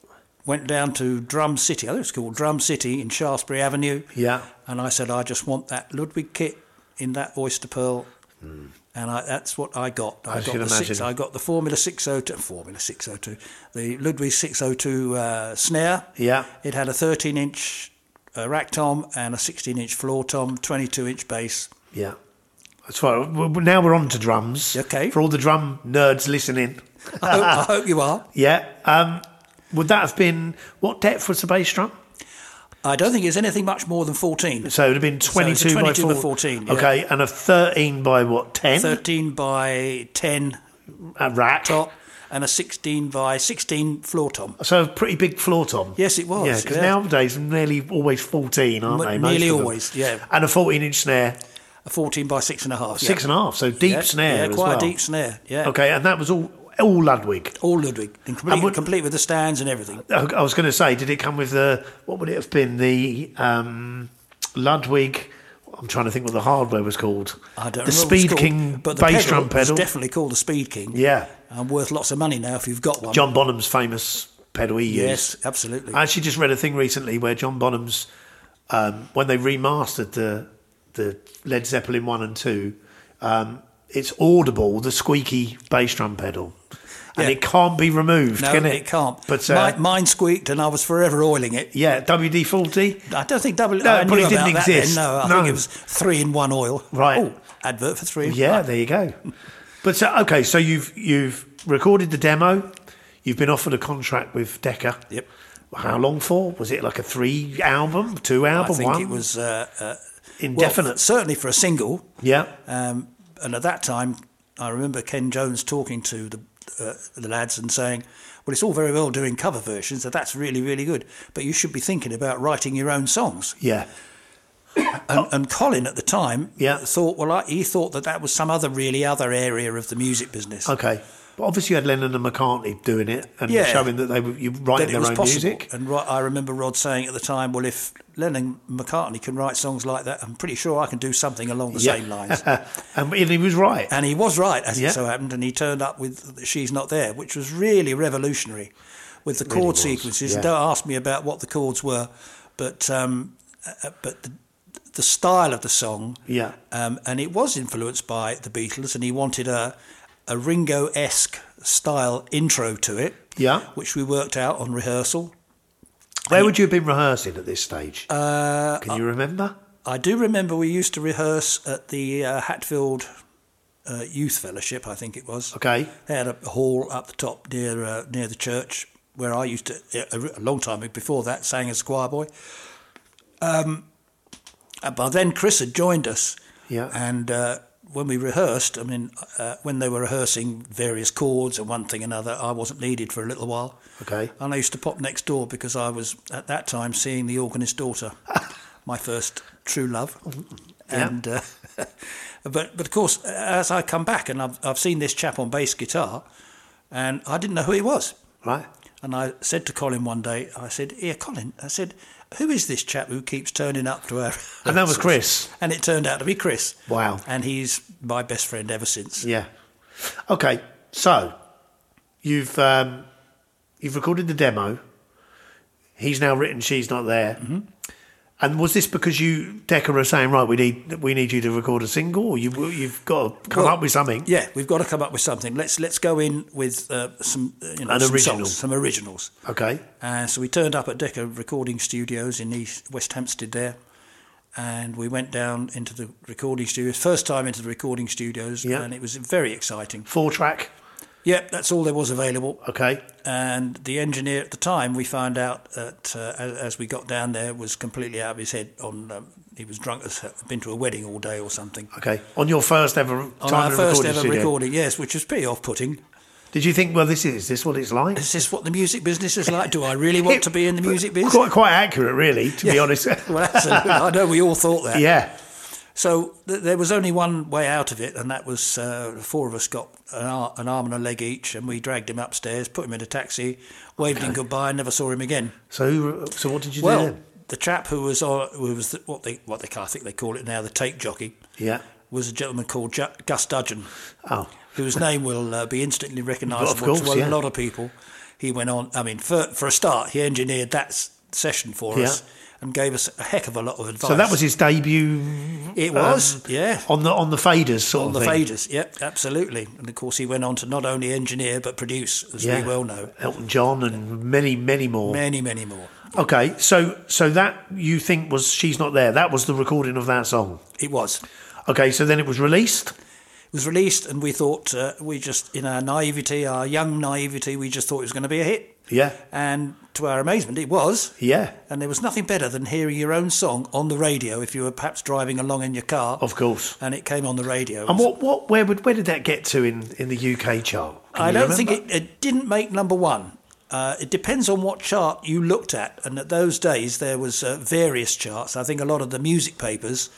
Speaker 2: went down to Drum City. I think it's called Drum City in Shaftesbury Avenue.
Speaker 1: Yeah.
Speaker 2: And I said, I just want that Ludwig kit in that oyster pearl. And I, that's what I got. I,
Speaker 1: I
Speaker 2: got
Speaker 1: should
Speaker 2: the six,
Speaker 1: imagine.
Speaker 2: I got the Formula 602, Formula 602, the Ludwig 602 uh, snare.
Speaker 1: Yeah.
Speaker 2: It had a 13 inch uh, rack tom and a 16 inch floor tom, 22 inch bass.
Speaker 1: Yeah. That's right. Well, Now we're on to drums.
Speaker 2: Okay.
Speaker 1: For all the drum nerds listening.
Speaker 2: I hope, I hope you are.
Speaker 1: Yeah. Um, would that have been what depth was the bass drum?
Speaker 2: I don't think it's anything much more than 14.
Speaker 1: So it would have been
Speaker 2: a
Speaker 1: 22,
Speaker 2: 22 by
Speaker 1: by
Speaker 2: 14, yeah.
Speaker 1: Okay, and a 13 by what, 10?
Speaker 2: 13 by 10
Speaker 1: A rack.
Speaker 2: top and a 16 by 16 floor tom.
Speaker 1: So a pretty big floor tom.
Speaker 2: Yes, it was,
Speaker 1: Yeah, because
Speaker 2: yeah.
Speaker 1: nowadays they're nearly always 14, aren't
Speaker 2: M-
Speaker 1: they?
Speaker 2: nearly
Speaker 1: of them?
Speaker 2: always, yeah.
Speaker 1: And a 14 inch snare,
Speaker 2: A 14 by six and a half.
Speaker 1: six and a half, so deep snare.
Speaker 2: Yeah,
Speaker 1: as
Speaker 2: quite
Speaker 1: well.
Speaker 2: a deep snare. Yeah.
Speaker 1: Okay, and that was all, all Ludwig.
Speaker 2: All Ludwig, and complete,
Speaker 1: And would-
Speaker 2: complete with the stands and everything.
Speaker 1: I I was going to say, did it come with the, what would it have been? The um, Ludwig, I'm trying to think what the hardware was called.
Speaker 2: I don't remember
Speaker 1: The
Speaker 2: what it's
Speaker 1: Speed
Speaker 2: called,
Speaker 1: King
Speaker 2: but the
Speaker 1: bass
Speaker 2: pedal
Speaker 1: drum
Speaker 2: was
Speaker 1: pedal.
Speaker 2: definitely called the Speed King.
Speaker 1: Yeah.
Speaker 2: And worth lots of money now if you've got one.
Speaker 1: John Bonham's famous pedal he used.
Speaker 2: yes, absolutely.
Speaker 1: I actually just read a thing recently where John Bonham's um, when they remastered the the Led Zeppelin one and two, um, it's audible the squeaky bass drum pedal, and
Speaker 2: Yeah.
Speaker 1: it can't be removed,
Speaker 2: no,
Speaker 1: can it?
Speaker 2: it can't.
Speaker 1: But uh,
Speaker 2: Mi- mine squeaked and I was forever oiling it.
Speaker 1: yeah, WD forty.
Speaker 2: I don't think double.
Speaker 1: No,
Speaker 2: I
Speaker 1: it
Speaker 2: knew
Speaker 1: probably
Speaker 2: about
Speaker 1: didn't
Speaker 2: that then.
Speaker 1: exist.
Speaker 2: No, I
Speaker 1: No.
Speaker 2: think it was three in one oil.
Speaker 1: Right.
Speaker 2: Oh, advert for three. in
Speaker 1: Yeah,
Speaker 2: one.
Speaker 1: there you go. But so okay, so you've you've recorded the demo, you've been offered a contract with Decca.
Speaker 2: Yep.
Speaker 1: How long for? Was it like a three album, two
Speaker 2: I
Speaker 1: album,
Speaker 2: think
Speaker 1: one?
Speaker 2: it was uh, uh, well,
Speaker 1: indefinite.
Speaker 2: certainly for a single.
Speaker 1: yeah.
Speaker 2: Um, and at that time, I remember Ken Jones talking to the uh, the lads and saying, "Well, it's all very well doing cover versions, so that's really really good, but you should be thinking about writing your own songs."
Speaker 1: Yeah.
Speaker 2: And, and Colin at the time,
Speaker 1: Oh. Yeah.
Speaker 2: thought well, I, he thought that that was some other really other area of the music business.
Speaker 1: Okay. But obviously, you had Lennon and McCartney doing it and
Speaker 2: Yeah.
Speaker 1: showing that they were you writing
Speaker 2: That it
Speaker 1: their
Speaker 2: was
Speaker 1: own
Speaker 2: possible.
Speaker 1: music.
Speaker 2: And Ro- I remember Rod saying at the time, "Well, if Lennon McCartney can write songs like that, I'm pretty sure I can do something along the same lines."
Speaker 1: and he was right.
Speaker 2: And he was right, as
Speaker 1: Yeah.
Speaker 2: it so happened, and he turned up with She's Not There, which was really revolutionary with the chord
Speaker 1: was,
Speaker 2: sequences.
Speaker 1: yeah.
Speaker 2: Don't ask me about what the chords were, but um, uh, but the, the style of the song,
Speaker 1: Yeah.
Speaker 2: um, and it was influenced by the Beatles, and he wanted a, a Ringo esque style intro to it,
Speaker 1: Yeah.
Speaker 2: which we worked out on rehearsal.
Speaker 1: Where would you have been rehearsing at this stage? Can you remember?
Speaker 2: Uh, I do remember we used to rehearse at the uh, Hatfield uh, Youth Fellowship, I think it was.
Speaker 1: Okay.
Speaker 2: They had a hall up the top near uh, near the church where I used to a, a long time before that sang as choir boy. Um, and by then Chris had joined us,
Speaker 1: Yeah.
Speaker 2: and uh, when we rehearsed, I mean, uh, when they were rehearsing various chords and one thing another, I wasn't needed for a little while.
Speaker 1: Okay.
Speaker 2: And I used to pop next door because I was at that time seeing the organist's daughter, my first true love. And uh, but but of course, as I come back and I've I've seen this chap on bass guitar, and I didn't know who he was.
Speaker 1: Right.
Speaker 2: And I said to Colin one day, I said, "Here, Colin," I said, "Who is this chap who keeps turning up to our?"
Speaker 1: And that was Chris.
Speaker 2: And it turned out to be Chris.
Speaker 1: Wow.
Speaker 2: And he's my best friend ever since.
Speaker 1: Yeah. Okay. So you've um, you've recorded the demo. He's now written. She's not there.
Speaker 2: Mm-hmm.
Speaker 1: And was this because you Decca were saying right? We need we need you to record a single, or you you've got to come
Speaker 2: Well,
Speaker 1: up with something.
Speaker 2: Yeah, we've got to come up with something. Let's let's go in with uh, some uh, you know
Speaker 1: An
Speaker 2: some
Speaker 1: original.
Speaker 2: songs, some originals.
Speaker 1: Okay.
Speaker 2: Uh, so we turned up at Decca Recording Studios in East West Hampstead there, and we went down into the recording studios. First time into the recording studios,
Speaker 1: Yeah.
Speaker 2: and it was very exciting.
Speaker 1: Four track.
Speaker 2: Yep, that's all there was available.
Speaker 1: Okay.
Speaker 2: And the engineer at the time, we found out that uh, as, as we got down there, was completely out of his head. On um, he was drunk as been to a wedding all day or something.
Speaker 1: Okay. On your first ever
Speaker 2: On
Speaker 1: time
Speaker 2: our
Speaker 1: in a
Speaker 2: first
Speaker 1: recording
Speaker 2: ever
Speaker 1: studio,
Speaker 2: recording, yes, which was pretty off-putting.
Speaker 1: did you think, well, this is this what it's like?
Speaker 2: Is this what the music business is like? Do I really want to be in the music business?
Speaker 1: Quite quite accurate, really. To be
Speaker 2: Yeah.
Speaker 1: honest.
Speaker 2: Well, absolutely. I know we all thought that.
Speaker 1: yeah.
Speaker 2: So th- there was only one way out of it, and that was uh, the four of us got an, ar- an arm and a leg each, and we dragged him upstairs, put him in a taxi, waved him goodbye, and never saw him again.
Speaker 1: So who- so what did you do
Speaker 2: Well,
Speaker 1: then?
Speaker 2: the chap who was on, who was the, what they what they I think they call it now the tape jockey
Speaker 1: Yeah.
Speaker 2: was a gentleman called Ju- Gus Dudgeon,
Speaker 1: Oh.
Speaker 2: whose name will uh, be instantly recognisable
Speaker 1: Well, of
Speaker 2: to
Speaker 1: course,
Speaker 2: a
Speaker 1: yeah.
Speaker 2: lot of people. He went on. I mean, for for a start, he engineered that s- session for
Speaker 1: Yeah.
Speaker 2: us and gave us a heck of a lot of advice.
Speaker 1: So that was his debut
Speaker 2: it. Was yeah.
Speaker 1: on the on the faders
Speaker 2: On
Speaker 1: sort of
Speaker 2: the
Speaker 1: thing.
Speaker 2: faders, yep, absolutely. And of course, he went on to not only engineer but produce, as we well know,
Speaker 1: Elton John and many many more.
Speaker 2: many, many more.
Speaker 1: Okay, so so that you think was she's not there? That was the recording of that song.
Speaker 2: It was.
Speaker 1: Okay, so then it was released.
Speaker 2: It was released, and we thought uh, we just, in our naivety, our young naivety, we just thought it was going to be a hit.
Speaker 1: Yeah,
Speaker 2: And to our amazement, it was.
Speaker 1: yeah,
Speaker 2: And there was nothing better than hearing your own song on the radio if you were perhaps driving along in your car.
Speaker 1: of course.
Speaker 2: And it came on the radio.
Speaker 1: And what what where would where did that get to in in the UK chart? Can
Speaker 2: I
Speaker 1: you
Speaker 2: don't
Speaker 1: remember?
Speaker 2: think it, it didn't make number one. Uh, it depends on what chart you looked at, and at those days there was uh, various charts. I think a lot of the music papers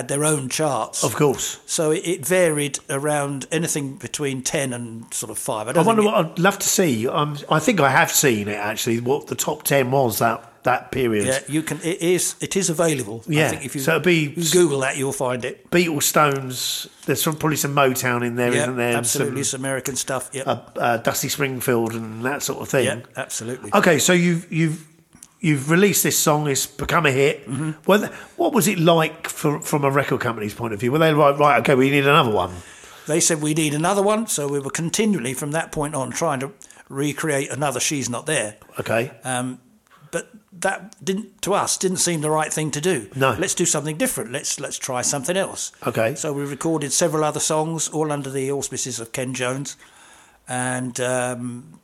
Speaker 2: had their own charts,
Speaker 1: Of course.
Speaker 2: so it, it varied around anything between ten and sort of five. I
Speaker 1: I
Speaker 2: don't
Speaker 1: wonder
Speaker 2: think
Speaker 1: what I'd love to see. Um, I think I have seen it actually. What the top ten was that that period.
Speaker 2: it- yeah, you can. It is it is available. I
Speaker 1: Yeah,
Speaker 2: think if you
Speaker 1: so it'd be-
Speaker 2: you Google that, you'll find it.
Speaker 1: Beatles, Stones. There's some, probably some Motown in there,
Speaker 2: Yeah,
Speaker 1: not there? And
Speaker 2: absolutely, some American stuff. Yeah,
Speaker 1: Some, uh, uh, Dusty Springfield and that sort of thing.
Speaker 2: yeah, absolutely.
Speaker 1: Okay, so you've you've you've released this song. It's become a hit.
Speaker 2: Mm-hmm.
Speaker 1: Well, what was it like for, from a record company's point of view? Were they like, right, okay, we need another one?
Speaker 2: They said we need another one, so we were continually from that point on trying to recreate another. She's not there.
Speaker 1: Okay,
Speaker 2: Um, but that didn't to us didn't seem the right thing to do.
Speaker 1: No.
Speaker 2: let's do something different. Let's let's try something else.
Speaker 1: Okay.
Speaker 2: So we recorded several other songs, all under the auspices of Ken Jones, and um,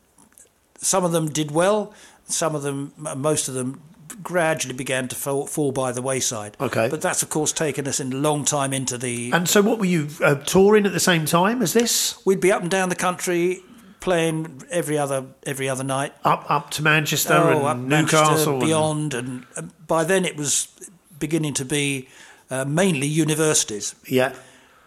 Speaker 2: some of them did well. Some of them, m- most of them, gradually began to fall, fall by the wayside.
Speaker 1: Okay.
Speaker 2: But that's of course taken us in a long time into the.
Speaker 1: and so what were you uh, touring at the same time as this?
Speaker 2: we'd be up and down the country playing every other every other night.
Speaker 1: Up up to Manchester
Speaker 2: Oh, up
Speaker 1: and Newcastle,
Speaker 2: Manchester,
Speaker 1: and-
Speaker 2: beyond, and, and by then it was beginning to be uh, mainly universities,
Speaker 1: yeah,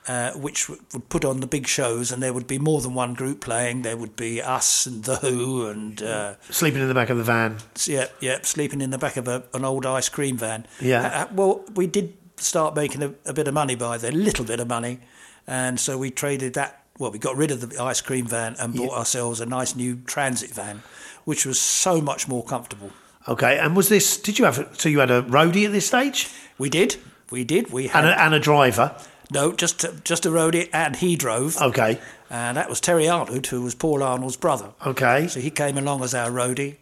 Speaker 2: uh, which w- would put on the big shows, and there would be more than one group playing. There would be us and the Who, and uh,
Speaker 1: sleeping in the back of the van.
Speaker 2: s- yeah, yeah, sleeping in the back of a, an old ice cream van.
Speaker 1: Yeah.
Speaker 2: Uh, uh, well, we did start making a, a bit of money by then, a little bit of money, and so we traded that. Well, we got rid of the ice cream van and bought ourselves a nice new transit van, which was so much more comfortable.
Speaker 1: Okay, and was this? Did you have? So you had a roadie at this stage
Speaker 2: We did. We did. We had
Speaker 1: and uh, a, and a driver.
Speaker 2: no, just just a roadie, and he drove,
Speaker 1: Okay,
Speaker 2: and that was Terry Arnold, who was Paul Arnold's brother.
Speaker 1: okay,
Speaker 2: So he came along as our roadie,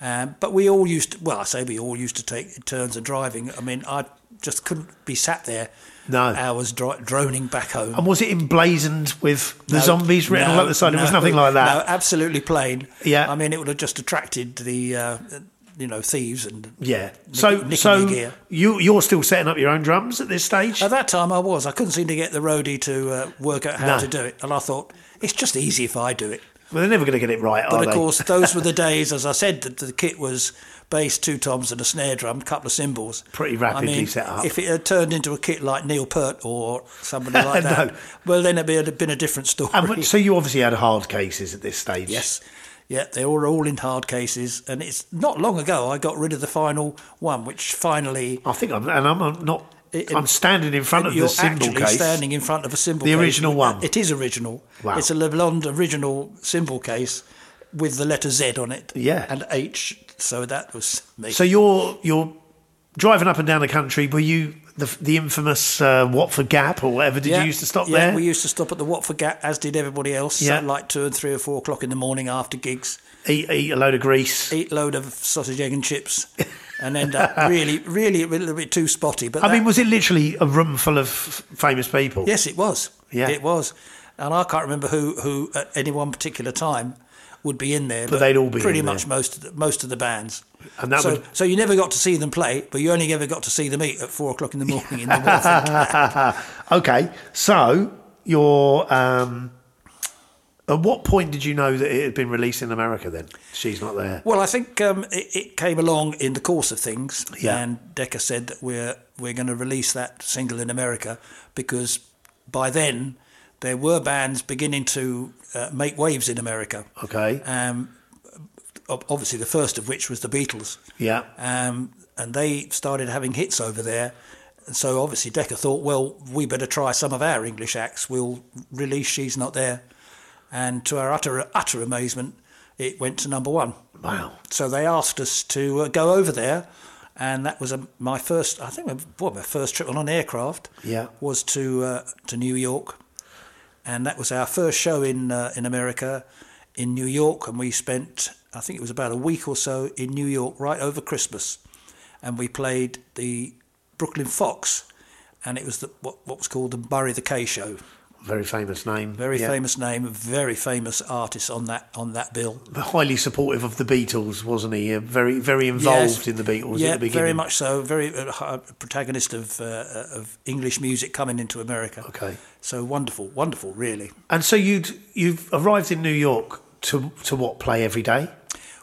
Speaker 2: um, but we all used. To, well, I say we all used to take turns of driving. I mean, I just couldn't be sat there
Speaker 1: No.
Speaker 2: hours dro- droning back home.
Speaker 1: And was it emblazoned with the
Speaker 2: No,
Speaker 1: zombies written all
Speaker 2: no,
Speaker 1: over the side? It was
Speaker 2: no,
Speaker 1: nothing like
Speaker 2: No,
Speaker 1: that.
Speaker 2: absolutely plain.
Speaker 1: Yeah.
Speaker 2: I mean, it would have just attracted the, uh, you know, thieves and.
Speaker 1: Yeah.
Speaker 2: nick-
Speaker 1: So
Speaker 2: nicking your
Speaker 1: so
Speaker 2: gear. Uh,
Speaker 1: you you're still setting up your own drums at this stage?
Speaker 2: At that time, I was. I couldn't seem to get the roadie to uh, work out how
Speaker 1: No.
Speaker 2: to do it, and I thought it's just easy if I do it.
Speaker 1: Well, they're never going to get it right,
Speaker 2: But
Speaker 1: are
Speaker 2: of
Speaker 1: they?
Speaker 2: course, those were the days, as I said, that the kit was bass, two toms, and a snare drum, a couple of cymbals.
Speaker 1: Pretty rapidly
Speaker 2: I mean,
Speaker 1: set up.
Speaker 2: If it had turned into a kit like Neil Peart or somebody like
Speaker 1: No.
Speaker 2: that, well, then it'd be- it'd have been a different story.
Speaker 1: And what- so you obviously had hard cases at this stage.
Speaker 2: Yes. Yeah, they were all in hard cases, and it's not long ago I got rid of the final one, which finally
Speaker 1: I think I'm, and I'm, I'm not.
Speaker 2: It-
Speaker 1: I'm standing in front of the
Speaker 2: you're
Speaker 1: symbol
Speaker 2: actually
Speaker 1: case.
Speaker 2: standing in front of a symbol.
Speaker 1: The
Speaker 2: case.
Speaker 1: original one.
Speaker 2: It is original.
Speaker 1: Wow.
Speaker 2: It's a Leblond original symbol case with the letter Z on it.
Speaker 1: Yeah.
Speaker 2: And H. So that was me.
Speaker 1: So you're you're driving up and down the country. Were you the the infamous uh, Watford Gap or whatever? Did
Speaker 2: Yeah,
Speaker 1: you used to stop
Speaker 2: yeah,
Speaker 1: there?
Speaker 2: We used to stop at the Watford Gap, as did everybody else,
Speaker 1: Yeah.
Speaker 2: at like two and three or four o'clock in the morning after gigs.
Speaker 1: eat, eat a load of grease.
Speaker 2: Eat load of sausage, egg, and chips, and end up really, really a little bit too spotty. But
Speaker 1: I
Speaker 2: that-
Speaker 1: mean, was it literally a room full of f- famous people?
Speaker 2: Yes, it was.
Speaker 1: Yeah.
Speaker 2: it was, and I can't remember who who at any one particular time would be in there. But,
Speaker 1: they'd all be
Speaker 2: pretty
Speaker 1: in
Speaker 2: much
Speaker 1: there.
Speaker 2: most of the, most of the bands.
Speaker 1: And that
Speaker 2: so,
Speaker 1: would-
Speaker 2: so you never got to see them play, but you only ever got to see them eat at four o'clock in the morning in the morning.
Speaker 1: Ah, okay, so you're. Um, at what point did you know that it had been released in America? Then she's not there.
Speaker 2: well, I think um, it, it came along in the course of things,
Speaker 1: Yeah.
Speaker 2: and Decca said that we're we're going to release that single in America because by then there were bands beginning to uh, make waves in America.
Speaker 1: Okay.
Speaker 2: Um, ob- obviously, the first of which was the Beatles.
Speaker 1: yeah.
Speaker 2: um, and they started having hits over there. And so obviously Decca thought, well, we better try some of our English acts. We'll release She's Not There. And to our utter utter amazement, it went to number one.
Speaker 1: Wow.
Speaker 2: So they asked us to uh, go over there, and that was um my first. I think my, boy, my first trip on an aircraft.
Speaker 1: Yeah.
Speaker 2: was to uh, to New York, and that was our first show in uh, in America, in New York, and we spent I think it was about a week or so in New York right over Christmas, and we played the Brooklyn Fox, and it was the, what what was called the Bury the K show.
Speaker 1: Very famous name.
Speaker 2: Very
Speaker 1: Yeah.
Speaker 2: famous name, very famous artist on that on that bill.
Speaker 1: highly supportive of the Beatles, wasn't he? Uh, Very, very involved
Speaker 2: Yes.
Speaker 1: in the Beatles
Speaker 2: Yeah,
Speaker 1: at the beginning.
Speaker 2: very much so. Very uh, hi- protagonist of uh, of English music coming into America.
Speaker 1: Okay.
Speaker 2: So wonderful, wonderful, really.
Speaker 1: And so you'd you've arrived in New York to to what play every day?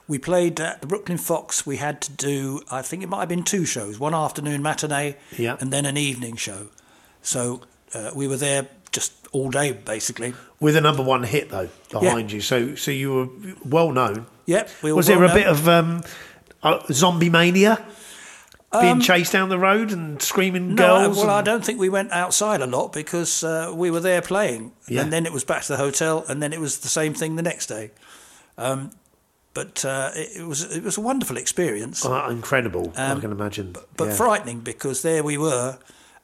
Speaker 2: We played at the Brooklyn Fox. We had to do, I think it might have been two shows: one afternoon matinee,
Speaker 1: Yeah.
Speaker 2: and then an evening show. So uh, we were there just all day, basically.
Speaker 1: With a number one hit though behind you, so so you were well known.
Speaker 2: Yep. We were
Speaker 1: Was there
Speaker 2: well
Speaker 1: a bit
Speaker 2: known.
Speaker 1: of um, uh, zombie mania? Being chased down the road and screaming
Speaker 2: Um, No, I-
Speaker 1: girls.
Speaker 2: well, I
Speaker 1: and-
Speaker 2: don't think we went outside a lot because uh, we were there playing,
Speaker 1: Yeah.
Speaker 2: and then it was back to the hotel, and then it was the same thing the next day. Um, but uh, it, it was it was a wonderful experience,
Speaker 1: Oh, incredible! I can imagine.
Speaker 2: Um, but
Speaker 1: Yeah.
Speaker 2: frightening because there we were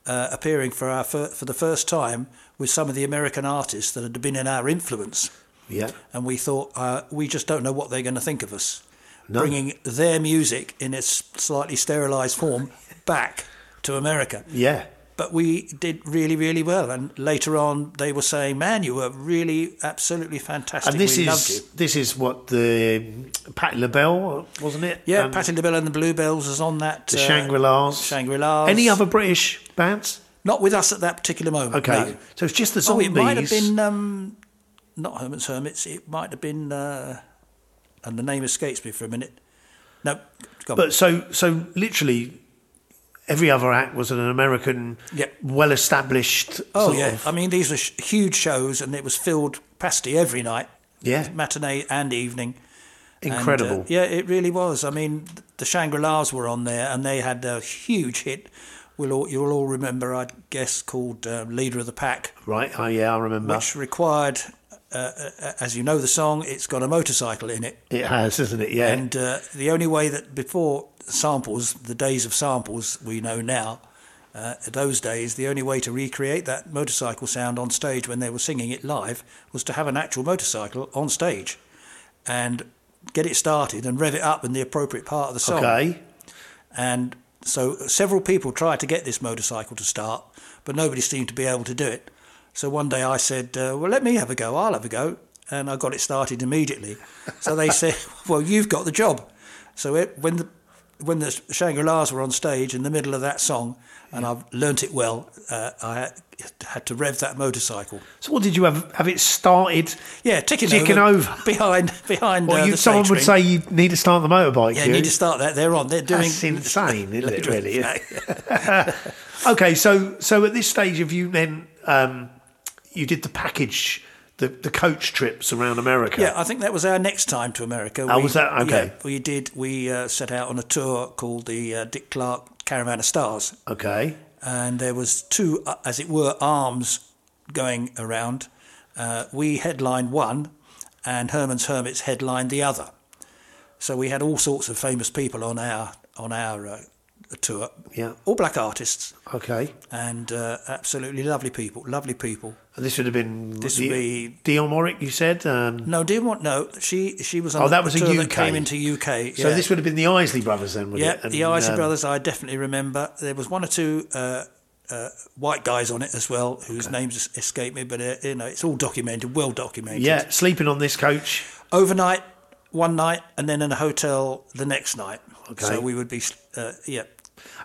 Speaker 2: uh, appearing for our fir- for the first time with some of the American artists that had been in our influence,
Speaker 1: yeah,
Speaker 2: and we thought uh, we just don't know what they're going to think of us,
Speaker 1: No.
Speaker 2: bringing their music in its slightly sterilised form back to America
Speaker 1: yeah,
Speaker 2: but we did really, really well. And later on, they were saying, "Man, you were really absolutely fantastic.
Speaker 1: and this
Speaker 2: we loved you."
Speaker 1: is this is what the Patty LaBelle wasn't it?
Speaker 2: Yeah,
Speaker 1: And
Speaker 2: Patti LaBelle and the Bluebells was on that. uh,
Speaker 1: the Shangri Las,
Speaker 2: Shangri Las.
Speaker 1: Any other British bands?
Speaker 2: Not with us at that particular moment.
Speaker 1: Okay,
Speaker 2: no.
Speaker 1: so it's just the
Speaker 2: Oh,
Speaker 1: zombies.
Speaker 2: it might have been um, not Hermits Hermits. It might have been, uh, and the name escapes me for a minute. No, go on.
Speaker 1: But so so literally, every other act was an American,
Speaker 2: Yep.
Speaker 1: well-established.
Speaker 2: oh
Speaker 1: sort
Speaker 2: yeah,
Speaker 1: of-
Speaker 2: I mean these were sh- huge shows, and it was filled pasty every night,
Speaker 1: yeah,
Speaker 2: matinee and evening. And, uh,
Speaker 1: incredible.
Speaker 2: yeah, it really was. I mean, th- the Shangri Las were on there, and they had a huge hit. We'll all, you'll all remember, I guess, called uh, "Leader of the Pack,"
Speaker 1: Right? Oh yeah, I remember.
Speaker 2: which required, uh, uh, as you know, the song. It's got a motorcycle in it,
Speaker 1: it has, isn't it? Yeah.
Speaker 2: and uh, the only way that before samples, the days of samples we know now, uh, those days, the only way to recreate that motorcycle sound on stage when they were singing it live was to have an actual motorcycle on stage, and get it started and rev it up in the appropriate part of the song.
Speaker 1: okay.
Speaker 2: And So several people tried to get this motorcycle to start, but nobody seemed to be able to do it. So one day I said, uh, "Well, let me have a go. I'll have a go," and I got it started immediately. So they said, "Well, you've got the job." So it, when the when the Shangri Las were on stage in the middle of that song, and I've learnt it well, uh, I had- had to rev that motorcycle.
Speaker 1: So what did you have? Have it started?
Speaker 2: Yeah, ticking,
Speaker 1: Ticking over.
Speaker 2: behind behind.
Speaker 1: Well,
Speaker 2: uh,
Speaker 1: you,
Speaker 2: the
Speaker 1: someone
Speaker 2: stage
Speaker 1: would
Speaker 2: ring.
Speaker 1: say you need to start the motorbike.
Speaker 2: Yeah,
Speaker 1: you.
Speaker 2: you need to start that. They're on. They're doing.
Speaker 1: That's insane, isn't it? Really.
Speaker 2: Yeah.
Speaker 1: Okay, so so at this stage, have you then um, you did the package, the the coach trips around America?
Speaker 2: Yeah, I think that was our next time to America.
Speaker 1: Oh, was that? Okay.
Speaker 2: yeah, we did. We uh, set out on a tour called the uh, Dick Clark Caravan of Stars,
Speaker 1: Okay.
Speaker 2: and there was two, uh, as it were, arms going around. Uh, we headlined one, and Herman's Hermits headlined the other. So we had all sorts of famous people on our on our uh, tour.
Speaker 1: Yeah.
Speaker 2: all black artists
Speaker 1: Okay.
Speaker 2: and uh, absolutely lovely people. Lovely people.
Speaker 1: And this would have been
Speaker 2: This would be-
Speaker 1: Dion Warwick. You said. Um,
Speaker 2: No, didn't want no. She she was on.
Speaker 1: Oh,
Speaker 2: the
Speaker 1: that was a
Speaker 2: tour
Speaker 1: UK.
Speaker 2: that came into UK.
Speaker 1: So
Speaker 2: yeah.
Speaker 1: this would have been the Isley brothers then. Would
Speaker 2: Yeah,
Speaker 1: it? And,
Speaker 2: the Isley
Speaker 1: um,
Speaker 2: Brothers, I definitely remember. There was one or two uh, uh, white guys on it as well, whose names escape me, but uh, you know, it's all documented, well documented.
Speaker 1: Yeah, sleeping on this coach.
Speaker 2: Overnight, one night, and then in a hotel the next night.
Speaker 1: Okay.
Speaker 2: So we would be, uh, yeah.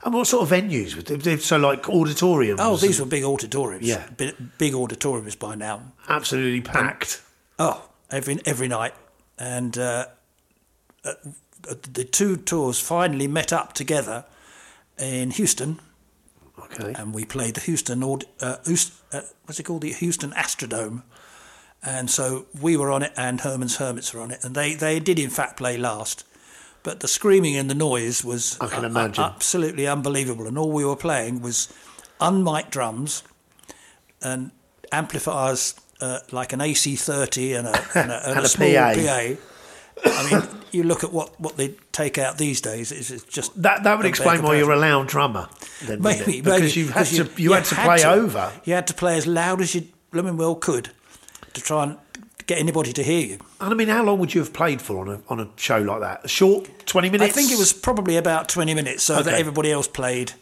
Speaker 1: And what sort of venues? Would they- they- So like auditoriums.
Speaker 2: Oh,
Speaker 1: and
Speaker 2: these were big auditoriums.
Speaker 1: Yeah.
Speaker 2: Bi- big auditoriums by now.
Speaker 1: absolutely packed.
Speaker 2: Oh, every every night, and uh, uh, the two tours finally met up together in Houston,
Speaker 1: Okay.
Speaker 2: and we played the Houston Aud- uh, Houston, uh, what's it called, the Houston Astrodome, and so we were on it, and Herman's Hermits were on it, and they they did in fact play last, but the screaming and the noise was
Speaker 1: I can
Speaker 2: a- a-
Speaker 1: imagine.
Speaker 2: absolutely unbelievable, and all we were playing was unmiked drums and amplifiers uh, like an AC30 and a, and a, and
Speaker 1: And
Speaker 2: a
Speaker 1: a
Speaker 2: small
Speaker 1: PA.
Speaker 2: PA. I mean, you look at what, what they take out these days. It's, it's just
Speaker 1: that that would
Speaker 2: a
Speaker 1: explain why
Speaker 2: bare
Speaker 1: you're a loud drummer. Then, wouldn't it?
Speaker 2: maybe
Speaker 1: because
Speaker 2: maybe,
Speaker 1: you had to you, had to play over.
Speaker 2: You had to play as loud as you blooming well could to try and get anybody to hear you.
Speaker 1: And I mean, how long would you have played for on a on a show like that? A short twenty minutes.
Speaker 2: I think it was probably about twenty minutes, so that
Speaker 1: Okay.
Speaker 2: everybody else played.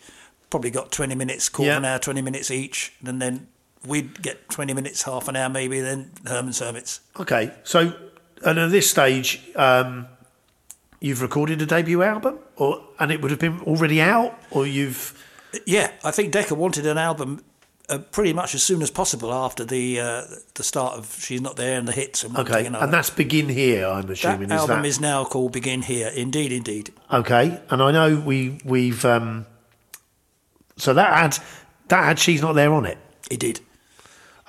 Speaker 2: Probably got twenty minutes, quarter
Speaker 1: Yeah.
Speaker 2: an hour, twenty minutes each, and then we'd get twenty minutes, half an hour, maybe. Then Herman's Hermits.
Speaker 1: Okay, so and at this stage, um, you've recorded a debut album, or and it would have been already out, or you've
Speaker 2: Yeah, I think Decca wanted an album uh, pretty much as soon as possible after the uh, the start of She's Not There and the hits and one
Speaker 1: okay,
Speaker 2: thing another.
Speaker 1: and that's begin here. I'm assuming
Speaker 2: that album
Speaker 1: is
Speaker 2: is now called Begin Here. Indeed, indeed.
Speaker 1: that okay? And I know we we've um, so that had that had she's not there on it.
Speaker 2: It did.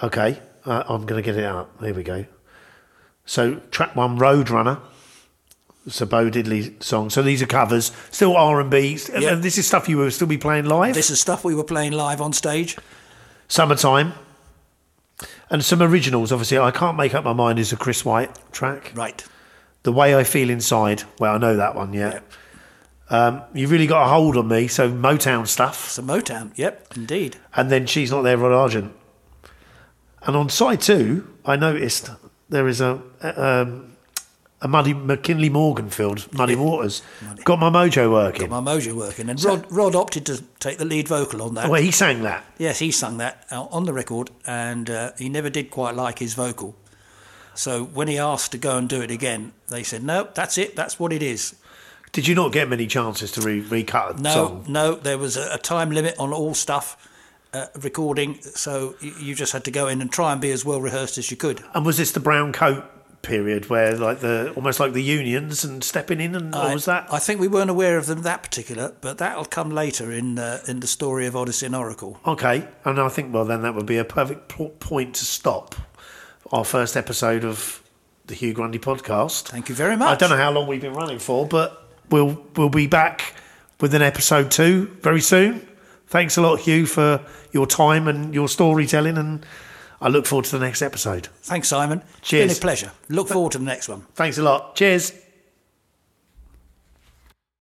Speaker 1: Okay, uh, I'm going to get it up. Here we go. So track one, Roadrunner. It's a Bo Diddley song. So these are covers, still R and B,
Speaker 2: Yeah.
Speaker 1: and this is stuff you will still be playing live.
Speaker 2: This is stuff we were playing live on stage.
Speaker 1: Summertime. And some originals, obviously. I Can't Make Up My Mind is a Chris White track.
Speaker 2: Right.
Speaker 1: The Way I Feel Inside. Well, I know that one, yeah. Um, you really got a hold on me, so Motown stuff.
Speaker 2: So Motown. Yep, indeed.
Speaker 1: And then She's Not There, Rod Argent. And on side two, I noticed there is a a, um, a Muddy McKinley Morganfield, Muddy Waters. Got my mojo working.
Speaker 2: My mojo working. And Rod, Rod opted to take the lead vocal on that.
Speaker 1: Well, he sang that.
Speaker 2: Yes, he sung that out on the record, and uh, he never did quite like his vocal. So when he asked to go and do it again, they said, no, that's it. That's what it is.
Speaker 1: Did you not get many chances to re- recut a
Speaker 2: No,
Speaker 1: song?
Speaker 2: no, there was a, a time limit on all stuff. Uh, recording, so y- you just had to go in and try and be as well rehearsed as you could.
Speaker 1: And was this the brown coat period where like the almost like the unions and stepping in and or
Speaker 2: I-
Speaker 1: was that
Speaker 2: I think we weren't aware of them that particular, but that'll come later in uh, in the story of Odyssey and Oracle.
Speaker 1: okay? And I think well then that would be a perfect po- point to stop our first episode of the Hugh Grundy podcast.
Speaker 2: Thank you very much.
Speaker 1: I don't know how long we've been running for, but we'll we'll be back with an episode two very soon. Thanks a lot, Hugh, for your time and your storytelling, and I look forward to the next episode.
Speaker 2: Thanks, Simon. It's
Speaker 1: Cheers.
Speaker 2: been a pleasure. Look forward to the next one.
Speaker 1: Thanks a lot. Cheers.